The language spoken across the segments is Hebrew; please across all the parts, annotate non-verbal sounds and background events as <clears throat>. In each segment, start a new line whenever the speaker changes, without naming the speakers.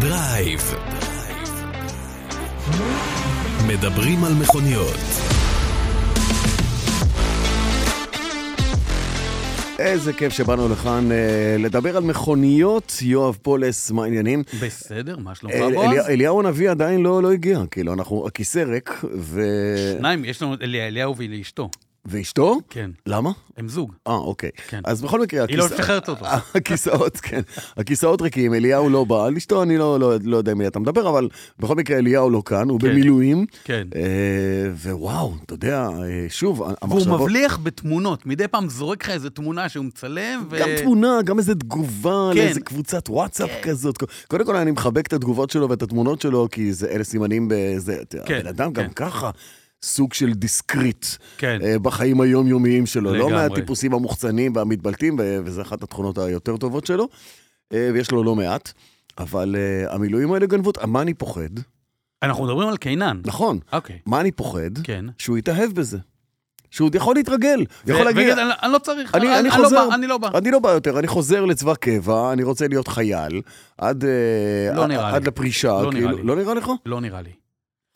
דרייב. מדברים על מכוניות.
איזה כיף שבאנו לכאן אה, לדבר על מכוניות. יואב פולס, מה העניינים?
בסדר, מה שלומך
אל-
בועז?
אה, אליה- אליהו הנביא עדיין לא לא הגיע, כאילו, אנחנו, הכיסא ריק, ו-
שניים, יש לנו את אליה- אליהו ולאשתו.
ואשתו?
כן.
למה?
הם זוג.
אה, אוקיי.
כן.
אז בכל מקרה,
היא לא
הכיסא-
משחררת אותו.
<laughs> הכיסאות, כן. הכיסאות ריקים, אליהו לא בא, על אשתו אני לא, לא, לא יודע מי אתה מדבר, אבל בכל מקרה אליהו לא כאן, הוא
כן.
במילואים.
כן.
אה, ווואו, אתה יודע, אה, שוב,
והוא
המחשבות...
מבליח בתמונות, מדי פעם זורק לך איזה תמונה שהוא מצלם, ו...
גם תמונה, גם איזה תגובה
כן.
לאיזה קבוצת וואטסאפ כזאת. קודם כל, אני מחבק את התגובות שלו ואת התמונות שלו, כי זה אלה סימנים באיזה...
כן,
הבן אדם גם
כן.
ככה. סוג של דיסקריט
כן.
אה, בחיים היומיומיים שלו, לא
לגמרי.
מהטיפוסים המוחצנים והמתבלטים, ו- וזו אחת התכונות היותר טובות שלו, אה, ויש לו לא מעט, אבל אה, המילואים האלה גנבות, אה, מה אני פוחד?
אנחנו מדברים על קינן.
נכון,
אוקיי,
מה אני פוחד?
כן.
שהוא יתאהב בזה, שהוא עוד יכול להתרגל, יכול
ו-
להגיד,
ויגיד, "אני- אני לא צריך,
אני, אני
לא
חוזר,
בא, אני לא בא.
אני לא בא יותר, אני חוזר לצבא קבע, אני רוצה להיות חייל, עד, אה,
לא
עד,
נראה לי.
עד לפרישה,
לא
כאילו,
נראה לי.
לא נראה לך?
לא נראה לי.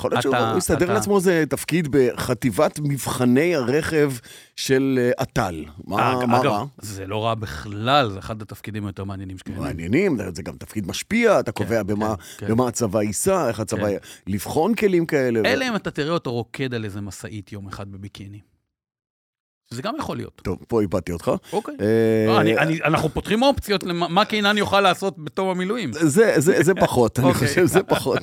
יכול להיות
אתה-
שהוא הוא יסתדר
אתה-
לעצמו איזה תפקיד בחטיבת מבחני הרכב של אה, עטל. מה,
אג-
מה
אגב,
רע?
זה לא רע בכלל, זה אחד התפקידים היותר מעניינים שקיימים.
מעניינים, זה גם תפקיד משפיע, אתה קובע במה,
כן, כן.
במה הצבא ייסע, איך הצבא...
כן.
י- לבחון כלים כאלה. ו-
אלא אם אתה תראה אותו רוקד על איזה משאית יום אחד בביקיני. זה גם יכול להיות.
טוב, פה איבדתי אותך.
אוקיי.
אה,
לא, אני- אני- אנחנו פותחים אופציות למה מה קינן יוכל לעשות בתום המילואים.
זה, זה, זה פחות, אני
אוקיי.
חושב, זה פחות.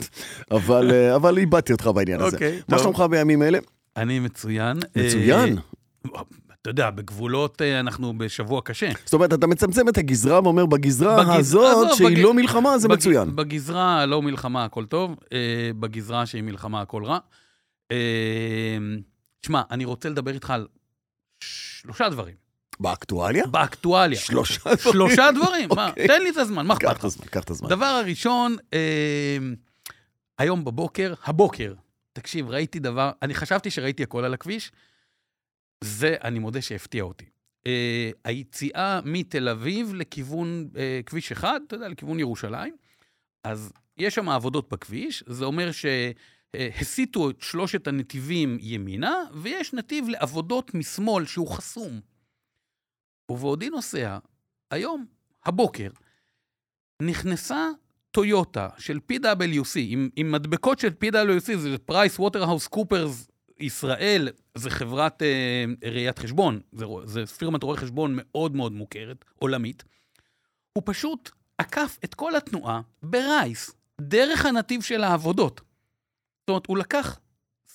אבל, אה, אבל איבדתי אותך בעניין הזה.
אוקיי,
מה
טוב. אה,
שלומך בימים אלה?
אני מצוין.
מצוין.
אה, אתה יודע, בגבולות אה, אנחנו בשבוע קשה.
זאת אומרת, אתה מצמצם את הגזרה ואומר, בגזרה
בגז-
הזאת,
עזוב,
שהיא
בג-
לא מלחמה, זה
בג-
מצוין.
בגזרה הלא מלחמה הכל טוב, אה, בגזרה שהיא מלחמה הכל רע. אה, תשמע, אני רוצה לדבר איתך על שלושה דברים.
באקטואליה?
באקטואליה.
שלושה דברים.
שלושה דברים. מה,
אוקיי.
תן לי את הזמן, מה
קח
אכפת
את
לך?
הזמן, קח את הזמן.
דבר הראשון, אה, היום בבוקר, הבוקר, תקשיב, ראיתי דבר, אני חשבתי שראיתי הכל על הכביש, זה, אני מודה שהפתיע אותי. אה, היציאה מתל אביב לכיוון אה, כביש אחד, אתה יודע, לכיוון ירושלים, אז יש שם עבודות בכביש, זה אומר שהסיטו את שלושת הנתיבים ימינה, ויש נתיב לעבודות משמאל שהוא חסום. ובעודי נוסע, היום, הבוקר, נכנסה טויוטה של PwC, עם, עם מדבקות של PwC, זה פרייס ווטרהאוס קופרס ישראל, זה חברת אה, ראיית חשבון, זה, רוא- זה פירמת רואי חשבון מאוד מאוד מוכרת, עולמית. הוא פשוט עקף את כל התנועה ברייס, דרך הנתיב של העבודות. זאת אומרת, הוא לקח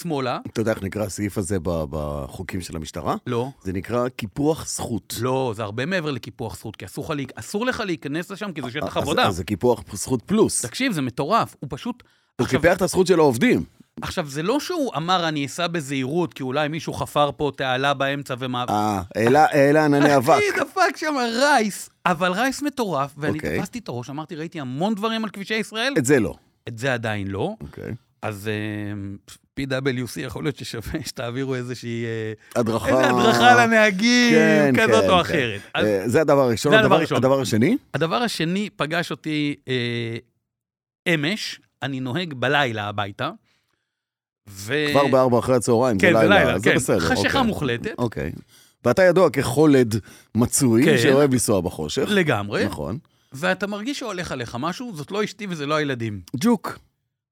שמאלה,
אתה יודע איך נקרא הסעיף הזה ב- בחוקים של המשטרה?
לא,
זה נקרא קיפוח זכות.
לא, זה הרבה מעבר לקיפוח זכות, כי אסור, לך להיק- אסור לך להיכנס לשם, כי זה שטח
אז-
עבודה.
אה, אז זה קיפוח זכות פלוס.
תקשיב, זה מטורף, הוא פשוט...
הוא
עכשיו-
קיפח את הזכות של העובדים.
עכשיו, זה לא שהוא אמר, אני אסע בזהירות, כי אולי מישהו חפר פה תעלה באמצע ומה...
אה, העלה- העלה
אה,
ענני
<laughs>
אבק.
אחי, דפק שם רייס, אבל רייס מטורף, ואני
אוקיי.
תפסתי את הראש, אמרתי, ראיתי המון דברים על כבישי ישראל,
את זה לא.
את זה עדיין לא.
אוקיי.
אז אה, PWC, יכול להיות ששווה שתעבירו איזושהי... אה,
הדרכה...
איזה הדרכה לנהגים,
כן,
כזאת
כן,
או
כן.
אחרת. אז
אה, זה הדבר הראשון.
זה הדבר
הדבר-
הראשון. אה,
הדבר השני?
הדבר השני פגש אותי אה, אמש, אני נוהג בלילה הביתה, ו...
כבר בארבע אחרי הצהריים,
כן, בלילה,
זה
כן.
בסדר,
חשיכה
אוקיי.
מוחלטת.
אוקיי. ואתה ידוע כחולד מצוי,
כן.
שאוהב לנסוע בחושך.
לגמרי,
נכון.
ואתה מרגיש שהולך עליך משהו, זאת לא אשתי וזה לא הילדים.
ג'וק.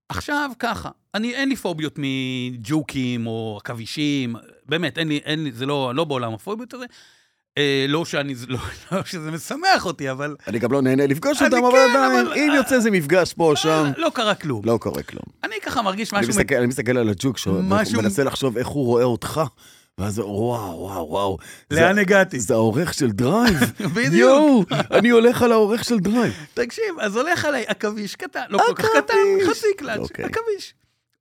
עכשיו ככה, אני, אין לי פוביות מג'וקים או עכבישים, באמת, אין לי, אין לי, זה לא, לא בעולם הפוביות הזה. אה, לא שאני, <laughs> לא, לא שזה משמח אותי, אבל
אני גם לא נהנה לפגוש
אני
אותם,
כן,
אבל עדיין,
אבל-
אם יוצא איזה מפגש פה או שם,
לא קרה כלום.
לא קורה כלום.
אני ככה מרגיש
אני
משהו...
מסתכל- אני מסתכל על הג'וק, שהוא
משהו-
מנסה לחשוב איך הוא רואה אותך, ואז וואו, וואו, וואו. זה-
לאן הגעתי?
זה העורך של דרייב.
<laughs> בדיוק.
יואו, אני הולך על העורך של דרייב.
תקשיב, אז הולך עליי עכביש קטן, לא כל כך
עכביש.
קטן, חצי קלאץ',
אוקיי.
עכביש.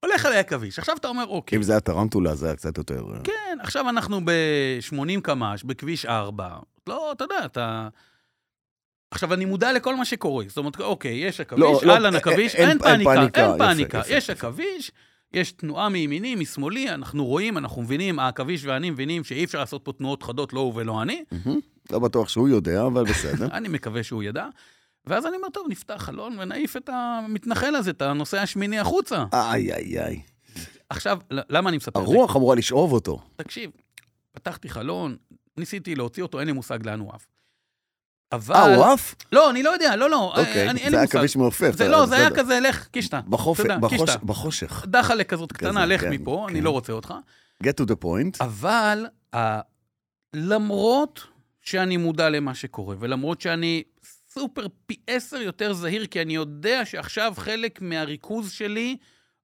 הולך עליי עכביש. עכשיו אתה אומר, אוקיי,
אם זה היה טרנטולה, זה היה קצת יותר... אה,
כן, עכשיו אנחנו ב-80 קמ"ש, בכביש 4. לא, אתה יודע, אתה... עכשיו, אני מודע לכל מה שקורה. זאת אומרת, אוקיי, יש
לא,
עכביש,
לא,
אהלן
א-
עכביש,
א- אין-
אין פאניקה,
אין פאניקה,
אין
יפה,
פאניקה.
יפה,
יש עכביש, יש תנועה מימיני, משמאלי, אנחנו רואים, אנחנו מבינים, העכביש ואני מבינים שאי אפשר לעשות פה תנועות חדות, לא הוא ולא אני. <laughs>
מהמם. לא בטוח שהוא יודע, אבל בסדר.
אני מקווה שהוא ידע. ואז אני אומר, טוב, נפתח חלון ונעיף את המתנחל הזה, את הנוסע השמיני החוצה.
איי, איי, איי.
עכשיו, ל- למה אני מספר את זה?
אה, הרוח אמורה לשאוב אותו.
תקשיב, פתחתי חלון, ניסיתי להוציא אותו, אין לי מושג לאן הוא עף. אבל...
אה, הוא עף?
לא, אני לא יודע, לא, לא,
אוקיי,
אה, אני, אין
זה
לי
היה
מושג.
כביש מעופף.
זה
אה,
לא, זה היה
בסדר.
כזה, לך, קישטה.
בחופ-
אתה יודע,
בחוש-
קישטה.
בחושך.
דחלה כזאת קטנה,
כזה,
לך
כן,
מפה, אני
כן.
לא רוצה אותך.
get to the point.
<laughs> אבל ה- למרות שאני מודע למה שקורה, ולמרות שאני סופר פי עשר יותר זהיר, כי אני יודע שעכשיו חלק מהריכוז שלי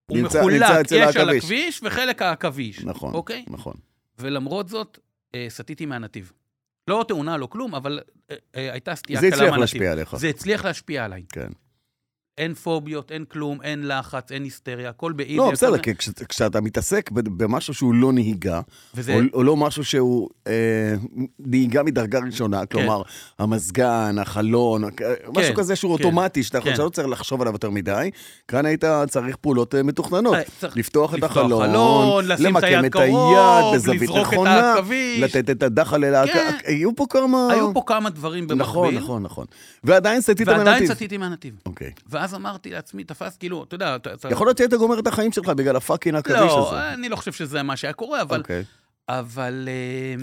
הוא
נמצא-
מחולק,
נמצא אצל
יש על
העכביש.
הכביש וחלק העכביש.
נכון,
אוקיי?
נכון.
ולמרות זאת, אה, סטיתי מהנתיב. לא תאונה, לא כלום, אבל אה, אה, הייתה סטייה
זה
קלה מהנתיב.
הצליח להשפיע עליך.
זה הצליח להשפיע עליי.
כן.
אין פוביות, אין כלום, אין לחץ, אין היסטריה, הכל באיזי.
לא,
הכל
בסדר,
זה-
כי כש- כשאתה מתעסק ב- במשהו שהוא לא נהיגה,
וזה,
או- או לא משהו שהוא אה, נהיגה מדרגה ראשונה, כלומר, המזגן, החלון, הכ- משהו כזה שהוא
כן. כן,
אוטומטי, שאתה יכול-
כן.
שאתה לא צריך לחשוב עליו יותר מדי, כאן היית צריך פעולות אה, מתוכננות.
אה, צריך
לפתוח את
לפתוח
החלון,
חלון, לשים את
למקם
היד
את היד
קרוב,
בזווית
לזרוק את
נכונה,
העכביש.
לתת את הדחל אל העכ...
כן.
היו פה כמה...
היו פה כמה דברים במקביל.
נכון, נכון, נכון. ועדיין סטית
ועדיין
מנתיב.
סטיתי מהנתיב.
אוקיי.
ואז אמרתי לעצמי, תפס, כאילו, אתה יודע, אתה... אתה-
יכול להיות שהיית גומר את החיים שלך בגלל הפאקינג עכביש הזה.
לא, אני לא חושב שזה מה שהיה קורה, אבל...
אוקיי.
אבל...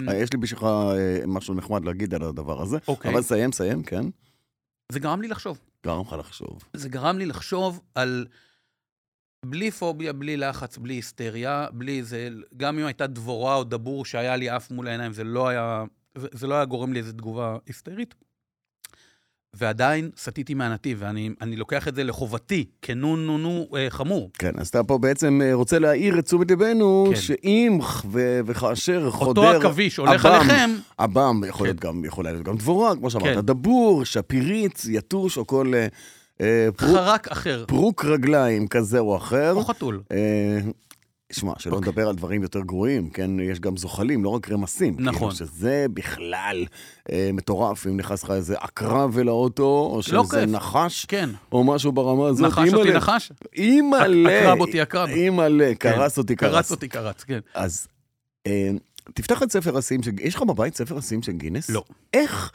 אה,
אה, יש לי בשבילך אה, משהו נחמד להגיד על הדבר הזה.
אוקיי.
אבל סיים, סיים, כן.
זה גרם לי לחשוב.
גרם לך לחשוב.
זה גרם לי לחשוב על... בלי פוביה, בלי לחץ, בלי היסטריה, בלי זה... גם אם הייתה דבורה או דבור שהיה לי עף מול העיניים, זה לא היה... זה, זה לא היה גורם לי איזו תגובה היסטרית. ועדיין סטיתי מהנתיב, ואני אני לוקח את זה לחובתי, כנו נו נו אה, חמור.
כן, אז אתה פה בעצם אה, רוצה להעיר את תשומת ליבנו,
כן.
שאם ח- ו- וכאשר
אותו
חודר...
עכביש הולך
עב"ם,
עליכם,
עב"ם, יכול
כן.
להיות גם- יכולה להיות גם דבורה, כמו שאמרת,
כן.
דבור, שפירית, יתוש, או כל אה, אה, פרו-
חרק אחר,
פרוק רגליים כזה או אחר.
או חתול.
אה, שמע, שלא
אוקיי.
נדבר על דברים יותר גרועים, כן? יש גם זוחלים, לא רק רמסים. כאילו,
נכון.
שזה בכלל אה, מטורף, אם נכנס לך איזה עקרב אל האוטו, או שזה
לא כיף.
נחש,
כן,
או משהו ברמה הזאת.
נחש אותי
אימא'לה.
נחש,
אימא'לה.
עקרב אותי עקרב.
אימא'לה,
כן.
קרס אותי, קרס.
קרץ אותי קרץ, כן.
אז אה, תפתח את ספר השיאים של... יש לך בבית ספר השיאים של גינס?
לא.
איך?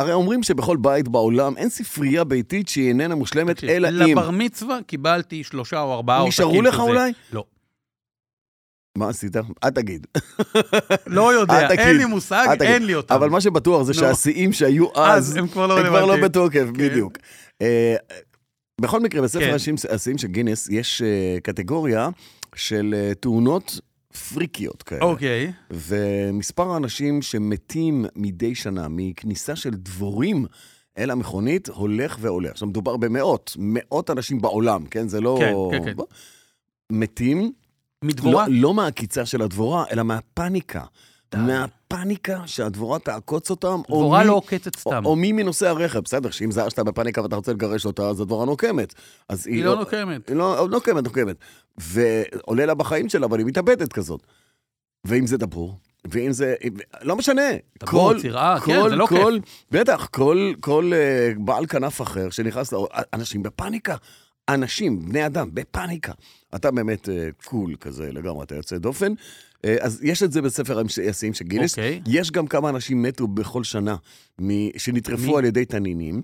הרי אומרים שבכל בית בעולם אין ספרייה ביתית שהיא איננה מושלמת, אלא אם...
לבר מצווה קיבלתי שלושה או ארבעה עותקים.
נשארו לך
כזה.
אולי?
לא.
מה עשית? אל תגיד.
לא
אל
יודע,
תגיד,
אין לי מושג,
אל תגיד.
אין לי אותם.
אבל מה שבטוח זה
אה. נו.
שהשיאים שהיו אז,
אז הם כבר לא
הם כבר לא
רלוונטיים.
בתוקף,
כן.
בדיוק. אה, בכל מקרה, בספר
כן.
השיאים- השיאים של גינס יש אה, קטגוריה של אה, תאונות פריקיות כאלה.
אוקיי,
ומספר האנשים שמתים מדי שנה מכניסה של דבורים אל המכונית הולך ועולה. עכשיו, מדובר במאות, מאות אנשים בעולם, כן? זה לא...
כן, כן, כן.
בוא. מתים
מדבורה.
לא, לא מהעקיצה של הדבורה, אלא מהפניקה.
די.
מהפניקה שהדבורה תעקוץ אותם, או
דבורה
מי-
לא עוקצת סתם.
או, או מי מנוסעי הרכב. בסדר, שאם זה שאתה בפניקה ואתה רוצה לגרש אותה, אז הדבורה נוקמת. אז
היא לא נוקמת.
היא לא נוקמת, נוקמת. ועולה לה בחיים שלה, אבל היא מתאבדת כזאת. ואם זה דבור, ואם זה... לא משנה.
דבור,
כל-
צירעה, כן,
כל-
זה לא
כל- בטח, כל, כל אה, בעל כנף אחר שנכנס לאור, אנשים בפאניקה. אנשים, בני אדם, בפאניקה. אתה באמת אה, קול כזה לגמרי, אתה יוצא דופן. אה, אז יש את זה בספר השיאים של גינס.
אוקיי.
יש גם כמה אנשים מתו בכל שנה מ- שנטרפו
מי?
על ידי תנינים.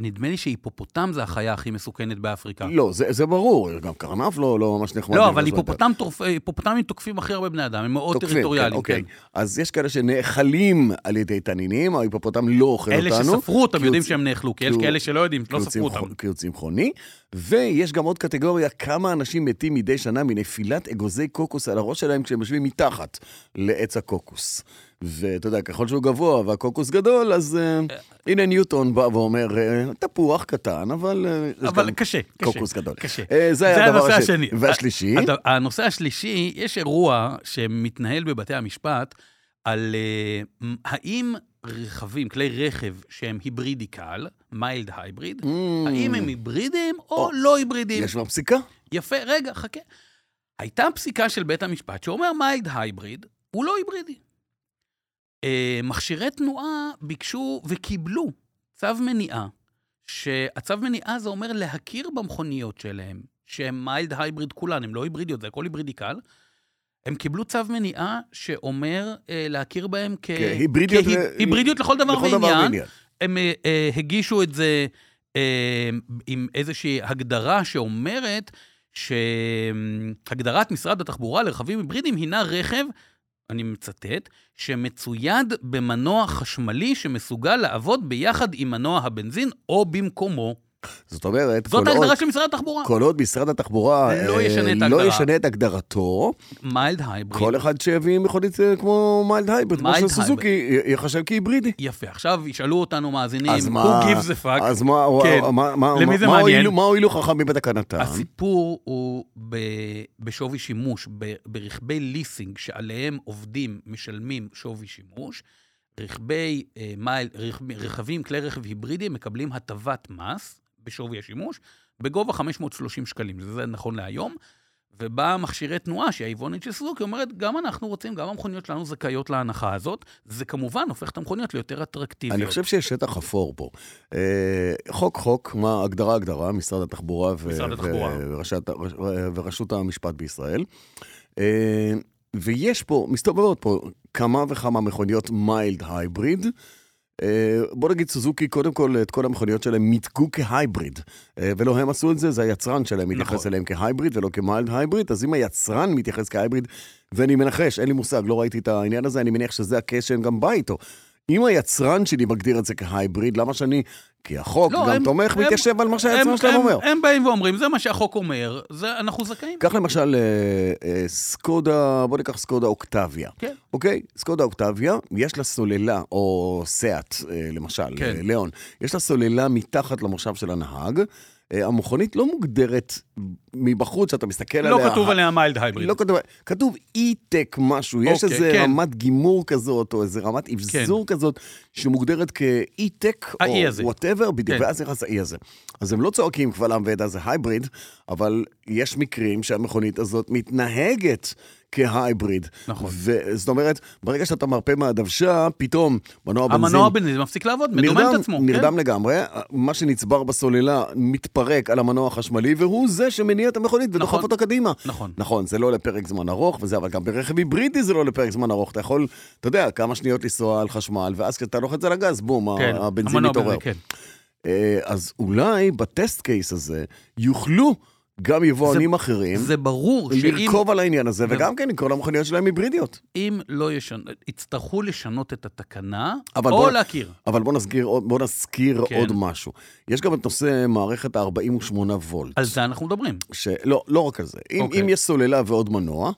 נדמה לי שהיפופוטם זה החיה הכי מסוכנת באפריקה.
לא, זה, זה ברור, גם קרנף לא, לא ממש נחמד.
לא,
בגלל
אבל
זה, אתה-
היפופוטם טורפ- היפופוטמים תוקפים הכי הרבה בני אדם, הם מאוד
תוקפים,
טריטוריאליים.
אוקיי.
כן.
אז יש כאלה שנאכלים על ידי תנינים, ההיפופוטם לא אוכל
אלה
אותנו.
שספרו אותם
כי
יודעים
הוא-
שהם נאכלו, כי יש
כי הוא-
כאלה שלא יודעים,
כי
לא
הוא
ספרו
צמחו-
אותם.
כי הוא צמחוני, ויש גם עוד קטגוריה, כמה אנשים מתים מדי שנה מנפילת אגוזי קוקוס על הראש שלהם כשהם יושבים מתחת לעץ הקוקוס. ואתה יודע, ככל שהוא גבוה והקוקוס גדול, אז אה, הנה ניוטון בא ואומר, אה, תפוח קטן, אבל... אה, יש
אבל
גם
קשה, קשה.
קוקוס גדול.
קשה.
אה, זה היה
זה
הדבר
הנושא
הש-
השני.
והשלישי,
הד- הנושא השלישי, יש אירוע שמתנהל בבתי המשפט על אה, מ- האם רכבים, כלי רכב שהם היברידי קל, מיילד הייבריד,
Mm.
האם הם היברידים או
או,
לא היברידים.
יש כבר פסיקה?
יפה, רגע, חכה. הייתה פסיקה של בית המשפט שאומר מיילד הייבריד הוא לא היברידי. אה, מכשירי תנועה ביקשו וקיבלו צו מניעה, שהצו מניעה זה אומר להכיר במכוניות שלהם, שהם מיילד הייבריד כולן, הן לא היברידיות, זה הכל היברידי קל. הם קיבלו צו מניעה שאומר אה, להכיר בהם כ...
כהיברידיות ל-
כהיברידיות לכל דבר
כן, לכל דבר
ועניין.
ועניין.
הם אה, אה, הגישו את זה אה, עם איזושהי הגדרה שאומרת שהגדרת משרד התחבורה לרכבים היברידיים הינה רכב, אני מצטט, שמצויד במנוע חשמלי שמסוגל לעבוד ביחד עם מנוע הבנזין או במקומו.
זאת אומרת,
זאת
כל עוד-
ההגדרה של משרד התחבורה.
כל עוד משרד התחבורה
לא
אה,
ישנה את
לא
ההגדרה.
ישנה את הגדרתו,
מיילד הייבריד.
כל אחד שיביא מכונית אה, כמו מיילד הייבריד, כמו של
מיילד
סוזוקי, י- ייחשב כהיברידי.
יפה, עכשיו ישאלו אותנו מאזינים,
אז מה...
who gives a fuck,
אז מה,
כן.
מה- מה- מה-
למי זה
מה
מעניין?
הועילו- מה הועילו חכמים בתקנתם?
הסיפור הוא ב... בשווי שימוש, ב... ברכבי ליסינג שעליהם עובדים משלמים שווי שימוש. רכבי, אה, מייל, רכ... רכבים, כלי רכב היברידיים מקבלים הטבת מס בשווי השימוש בגובה 530 שקלים, זה נכון להיום. ובאה מכשירי תנועה, שהיא היבואנית של סוזוקי, אומרת, גם אנחנו רוצים, גם המכוניות שלנו זכאיות להנחה הזאת. זה כמובן הופך את המכוניות ליותר אטרקטיביות.
אני חושב שיש שטח אפור פה. אה, חוק חוק, מה הגדרה הגדרה, משרד התחבורה, ו-
משרד התחבורה.
ו- וראשת- ורשות המשפט בישראל. אה, ויש פה, מסתובבות פה כמה וכמה מכוניות מיילד הייבריד. אה, בוא נגיד סוזוקי, קודם כל, את כל המכוניות שלהם מיתגו כהייבריד. אה, ולא הם עשו את זה, זה היצרן שלהם מתייחס
נכון.
אליהם כהייבריד ולא כמיילד הייבריד, אז אם היצרן מתייחס כהייבריד, ואני מנחש, אין לי מושג, לא ראיתי את העניין הזה, אני מניח שזה הקש שהם גם בא איתו. אם היצרן שלי מגדיר את זה כהייבריד, למה שאני, כי החוק
לא,
גם
הם-
תומך,
הם-
מתיישב על מה
הם-
שהיצרן שלהם
הם-
אומר.
הם באים ואומרים, זה מה שהחוק אומר, זה, אנחנו זכאים.
קח למשל אה, אה, סקודה, בוא ניקח סקודה אוקטביה.
כן.
אוקיי? סקודה אוקטביה, יש לה סוללה, או סאט, אה, למשל,
כן.
כן. ליאון, יש לה סוללה מתחת למושב של הנהג. אה, המכונית לא מוגדרת מבחוץ, שאתה מסתכל
לא
עליה.
כתוב עליה מיילד הייבריד.
לא כתוב, כתוב אי-טק משהו, יש
אוקיי,
איזה
כן.
רמת גימור כזאת, או איזה רמת אבזור כזאת, שמוגדרת כאי-טק,
האי הזה.
או וואטאבר, בדיוק,
כן.
ואז נכנס האי הזה. אז הם לא צועקים קבל עם ועדה זה הייבריד, אבל יש מקרים שהמכונית הזאת מתנהגת. כהייבריד.
נכון.
ו- זאת אומרת, ברגע שאתה מרפה מהדוושה, פתאום מנוע בנזין...
המנוע בנזין מפסיק לעבוד, מדומם את עצמו.
נרדם
כן?
לגמרי, מה שנצבר בסוללה מתפרק על המנוע החשמלי, והוא זה שמניע את המכונית ודוחף
נכון.
אותה קדימה.
נכון.
נכון, זה לא לפרק זמן ארוך, וזה, אבל גם ברכב היברידי זה לא לפרק זמן ארוך. אתה יכול, אתה יודע, כמה שניות לנסוע על חשמל, ואז כשאתה לוחץ על הגז, בום,
כן,
הבנזין
המנוע
מתעורר.
בנזין, כן.
אה, אז אולי בטסט קייס הזה יוכלו גם יבואנים אחרים
זה ברור שאם
כן. לרכוב על העניין הזה,
ו-
וגם כן כל המכוניות שלהם היברידיות.
אם לא ישנו, יצטרכו לשנות את התקנה,
אבל
או
בוא-
להכיר.
אבל בוא נזכיר, עוד- בוא נזכיר
כן.
עוד משהו. יש גם את נושא מערכת ה-48 וולט.
על זה אנחנו מדברים.
ש... לא, לא רק על זה. אם,
אוקיי.
אם יש סוללה ועוד מנוע,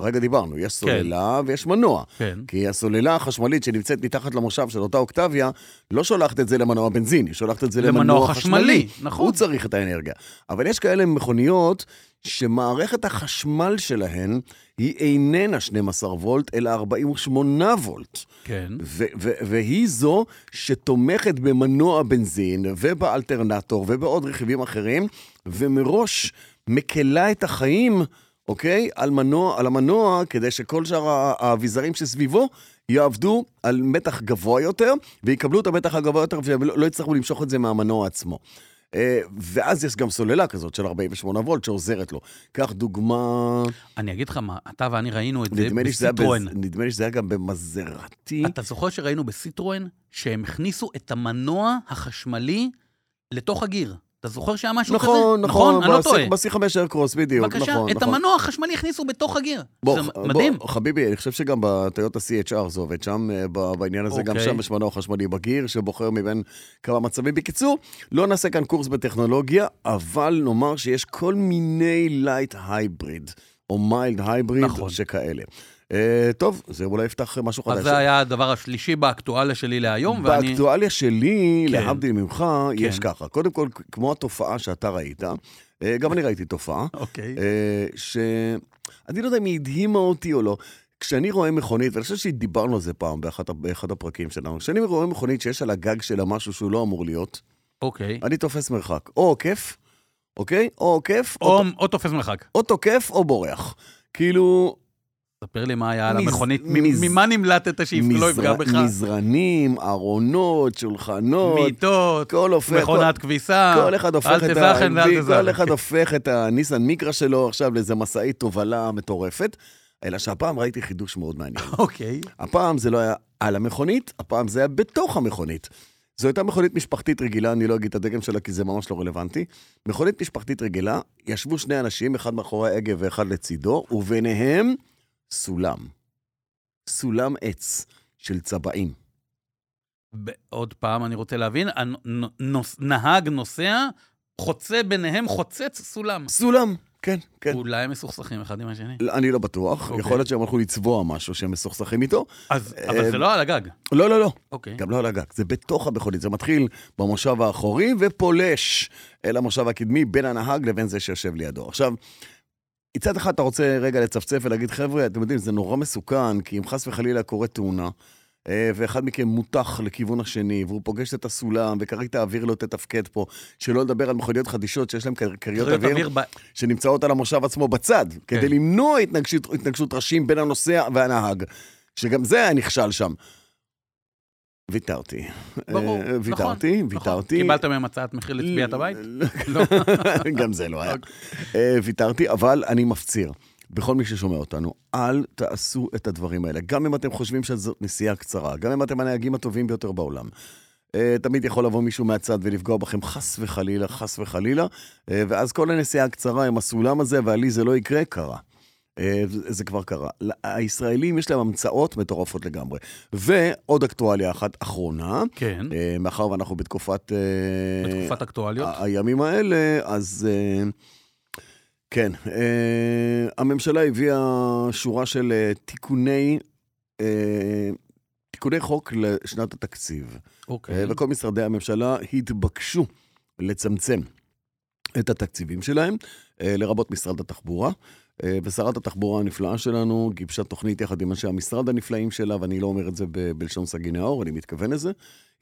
רגע דיברנו, יש סוללה ויש מנוע.
כן.
כי הסוללה החשמלית שנמצאת מתחת למושב של אותה אוקטביה, לא שולחת את זה למנוע בנזין, היא שולחת את זה
למנוע
למנוע,
חשמלי,
חשמלי.
נכון.
הוא צריך את האנרגיה. אבל יש כאלה מכוניות שמערכת החשמל שלהן היא איננה 12 וולט, אלא 48 וולט.
כן.
ו- ו- והיא זו שתומכת במנוע בנזין ובאלטרנטור ובעוד רכיבים אחרים, ומראש מקלה את החיים, אוקיי? על, מנוע, על המנוע, כדי שכל שאר ה- האביזרים שסביבו יעבדו על מתח גבוה יותר, ויקבלו את המתח הגבוה יותר, והם לא לא יצטרכו למשוך את זה מהמנוע עצמו. אה, ואז יש גם סוללה כזאת של 48 וולט שעוזרת לו. קח דוגמה,
אני אגיד לך מה, אתה ואני ראינו את זה
נדמה לי שזה היה
בסיטרואן.
בז- נדמה לי שזה היה גם במזרטי.
אתה זוכר שראינו בסיטרואן שהם הכניסו את המנוע החשמלי לתוך הגיר. אתה זוכר שהיה משהו כזה?
נכון, נכון,
אני לא טועה.
ב-C5 איירקרוס, בדיוק, נכון,
בבקשה,
נכון.
את המנוע החשמלי הכניסו בתוך הגיר.
בוא,
זה
בוא,
מדהים.
חביבי, אני חושב שגם בטויוטה CHR זה עובד שם, אה, ב- בעניין הזה, גם
אוקיי.
שם יש מנוע חשמלי בגיר, שבוחר מבין כמה מצבים. בקיצור, לא נעשה כאן קורס בטכנולוגיה, אבל נאמר שיש כל מיני לייט הייבריד, או מיילד הייבריד,
נכון.
שכאלה. אה, טוב, זה אולי יפתח משהו חדש.
אז זה היה הדבר השלישי באקטואליה שלי להיום, ואני...
באקטואליה שלי,
כן.
להבדיל ממך, יש
כן.
ככה. קודם כל, כמו התופעה שאתה ראית, אה, גם אני ראיתי תופעה.
אוקיי.
אה, ש... אני לא יודע אם היא הדהימה אותי או לא. כשאני רואה מכונית, ואני חושב שדיברנו על זה פעם באחת, באחד הפרקים שלנו, כשאני רואה מכונית שיש על הגג שלה משהו שהוא לא אמור להיות,
אוקיי.
אני תופס מרחק. או עוקף, אוקיי? או עוקף, או,
או או תופס מרחק.
או תוקף או בורח. כאילו,
ספר לי מה היה על
מז-
המכונית,
מז-
מ- ממה נמלטת שלא לא יפגע בך?
מזרנים, ארונות, שולחנות,
מיטות,
כל הופך...
מכונת כביסה,
כל אחד הופך
אל
את
תזכן ואל
ה... כל
תזכן.
אחד הופך את הניסן מיקרה שלו עכשיו לאיזה משאית תובלה מטורפת. אלא שהפעם ראיתי חידוש מאוד מעניין.
<laughs> אוקיי.
הפעם זה לא היה על המכונית, הפעם זה היה בתוך המכונית. זו הייתה מכונית משפחתית רגילה, אני לא אגיד את הדגם שלה כי זה ממש לא רלוונטי. מכונית משפחתית רגילה, ישבו שני אנשים, אחד מאחורי ההגה ואחד לצידו, וביניהם סולם. סולם עץ של צבעים.
ב- עוד פעם, אני רוצה להבין, הנ- נ- נוס- נהג נוסע, חוצה ביניהם, חוצץ סולם.
סולם, כן, כן.
אולי הם מסוכסכים אחד עם השני.
לא, אני לא בטוח,
אוקיי.
יכול להיות שהם הלכו לצבוע משהו שהם מסוכסכים איתו.
אז,
אה,
אבל זה לא על הגג.
לא, לא, לא,
אוקיי.
גם לא על הגג, זה בתוך המכונית, זה מתחיל במושב האחורי ופולש אל המושב הקדמי בין הנהג לבין זה שיושב לידו. עכשיו, מצד אחד אתה רוצה רגע לצפצף ולהגיד, חבר'ה, אתם יודעים, זה נורא מסוכן, כי אם חס וחלילה קורית תאונה, אה, ואחד מכם מותח לכיוון השני, והוא פוגש את הסולם, וכרית האוויר לא תתפקד פה, שלא לדבר על מכוניות חדישות שיש להן כר- כריות
כריות
אוויר,
אוויר ב-
שנמצאות על המושב עצמו בצד, כן. כדי למנוע התנגשות, התנגשות ראשים בין הנוסע והנהג, שגם זה היה נכשל שם. ויתרתי.
ברור,
אה,
נכון,
ויתרתי,
נכון.
ויתרתי.
קיבלת מהם הצעת מחיר לצביעת הבית? לא.
<laughs> גם זה לא היה. אה, ויתרתי, אבל אני מפציר. בכל מי ששומע אותנו, אל תעשו את הדברים האלה. גם אם אתם חושבים שזאת נסיעה קצרה, גם אם אתם הנהגים הטובים ביותר בעולם. אה, תמיד יכול לבוא מישהו מהצד ולפגוע בכם חס וחלילה, חס וחלילה, אה, ואז כל הנסיעה הקצרה עם הסולם הזה, ועלי זה לא יקרה, קרה. אה, זה זה כבר קרה. ל- הישראלים יש להם המצאות מטורפות לגמרי. ועוד אקטואליה אחת אחרונה,
כן,
אה, מאחר ואנחנו בתקופת... אה,
בתקופת אקטואליות.
ה- הימים האלה, אז... אה, כן, אה, הממשלה הביאה שורה של אה, תיקוני... אה, תיקוני חוק לשנת התקציב,
אוקיי.
אה, וכל משרדי הממשלה התבקשו לצמצם את התקציבים שלהם, אה, לרבות משרד התחבורה. אה, ושרת התחבורה הנפלאה שלנו גיבשה תוכנית יחד עם אנשי המשרד הנפלאים שלה, ואני לא אומר את זה ב- בלשון סגי נאור, אני מתכוון לזה.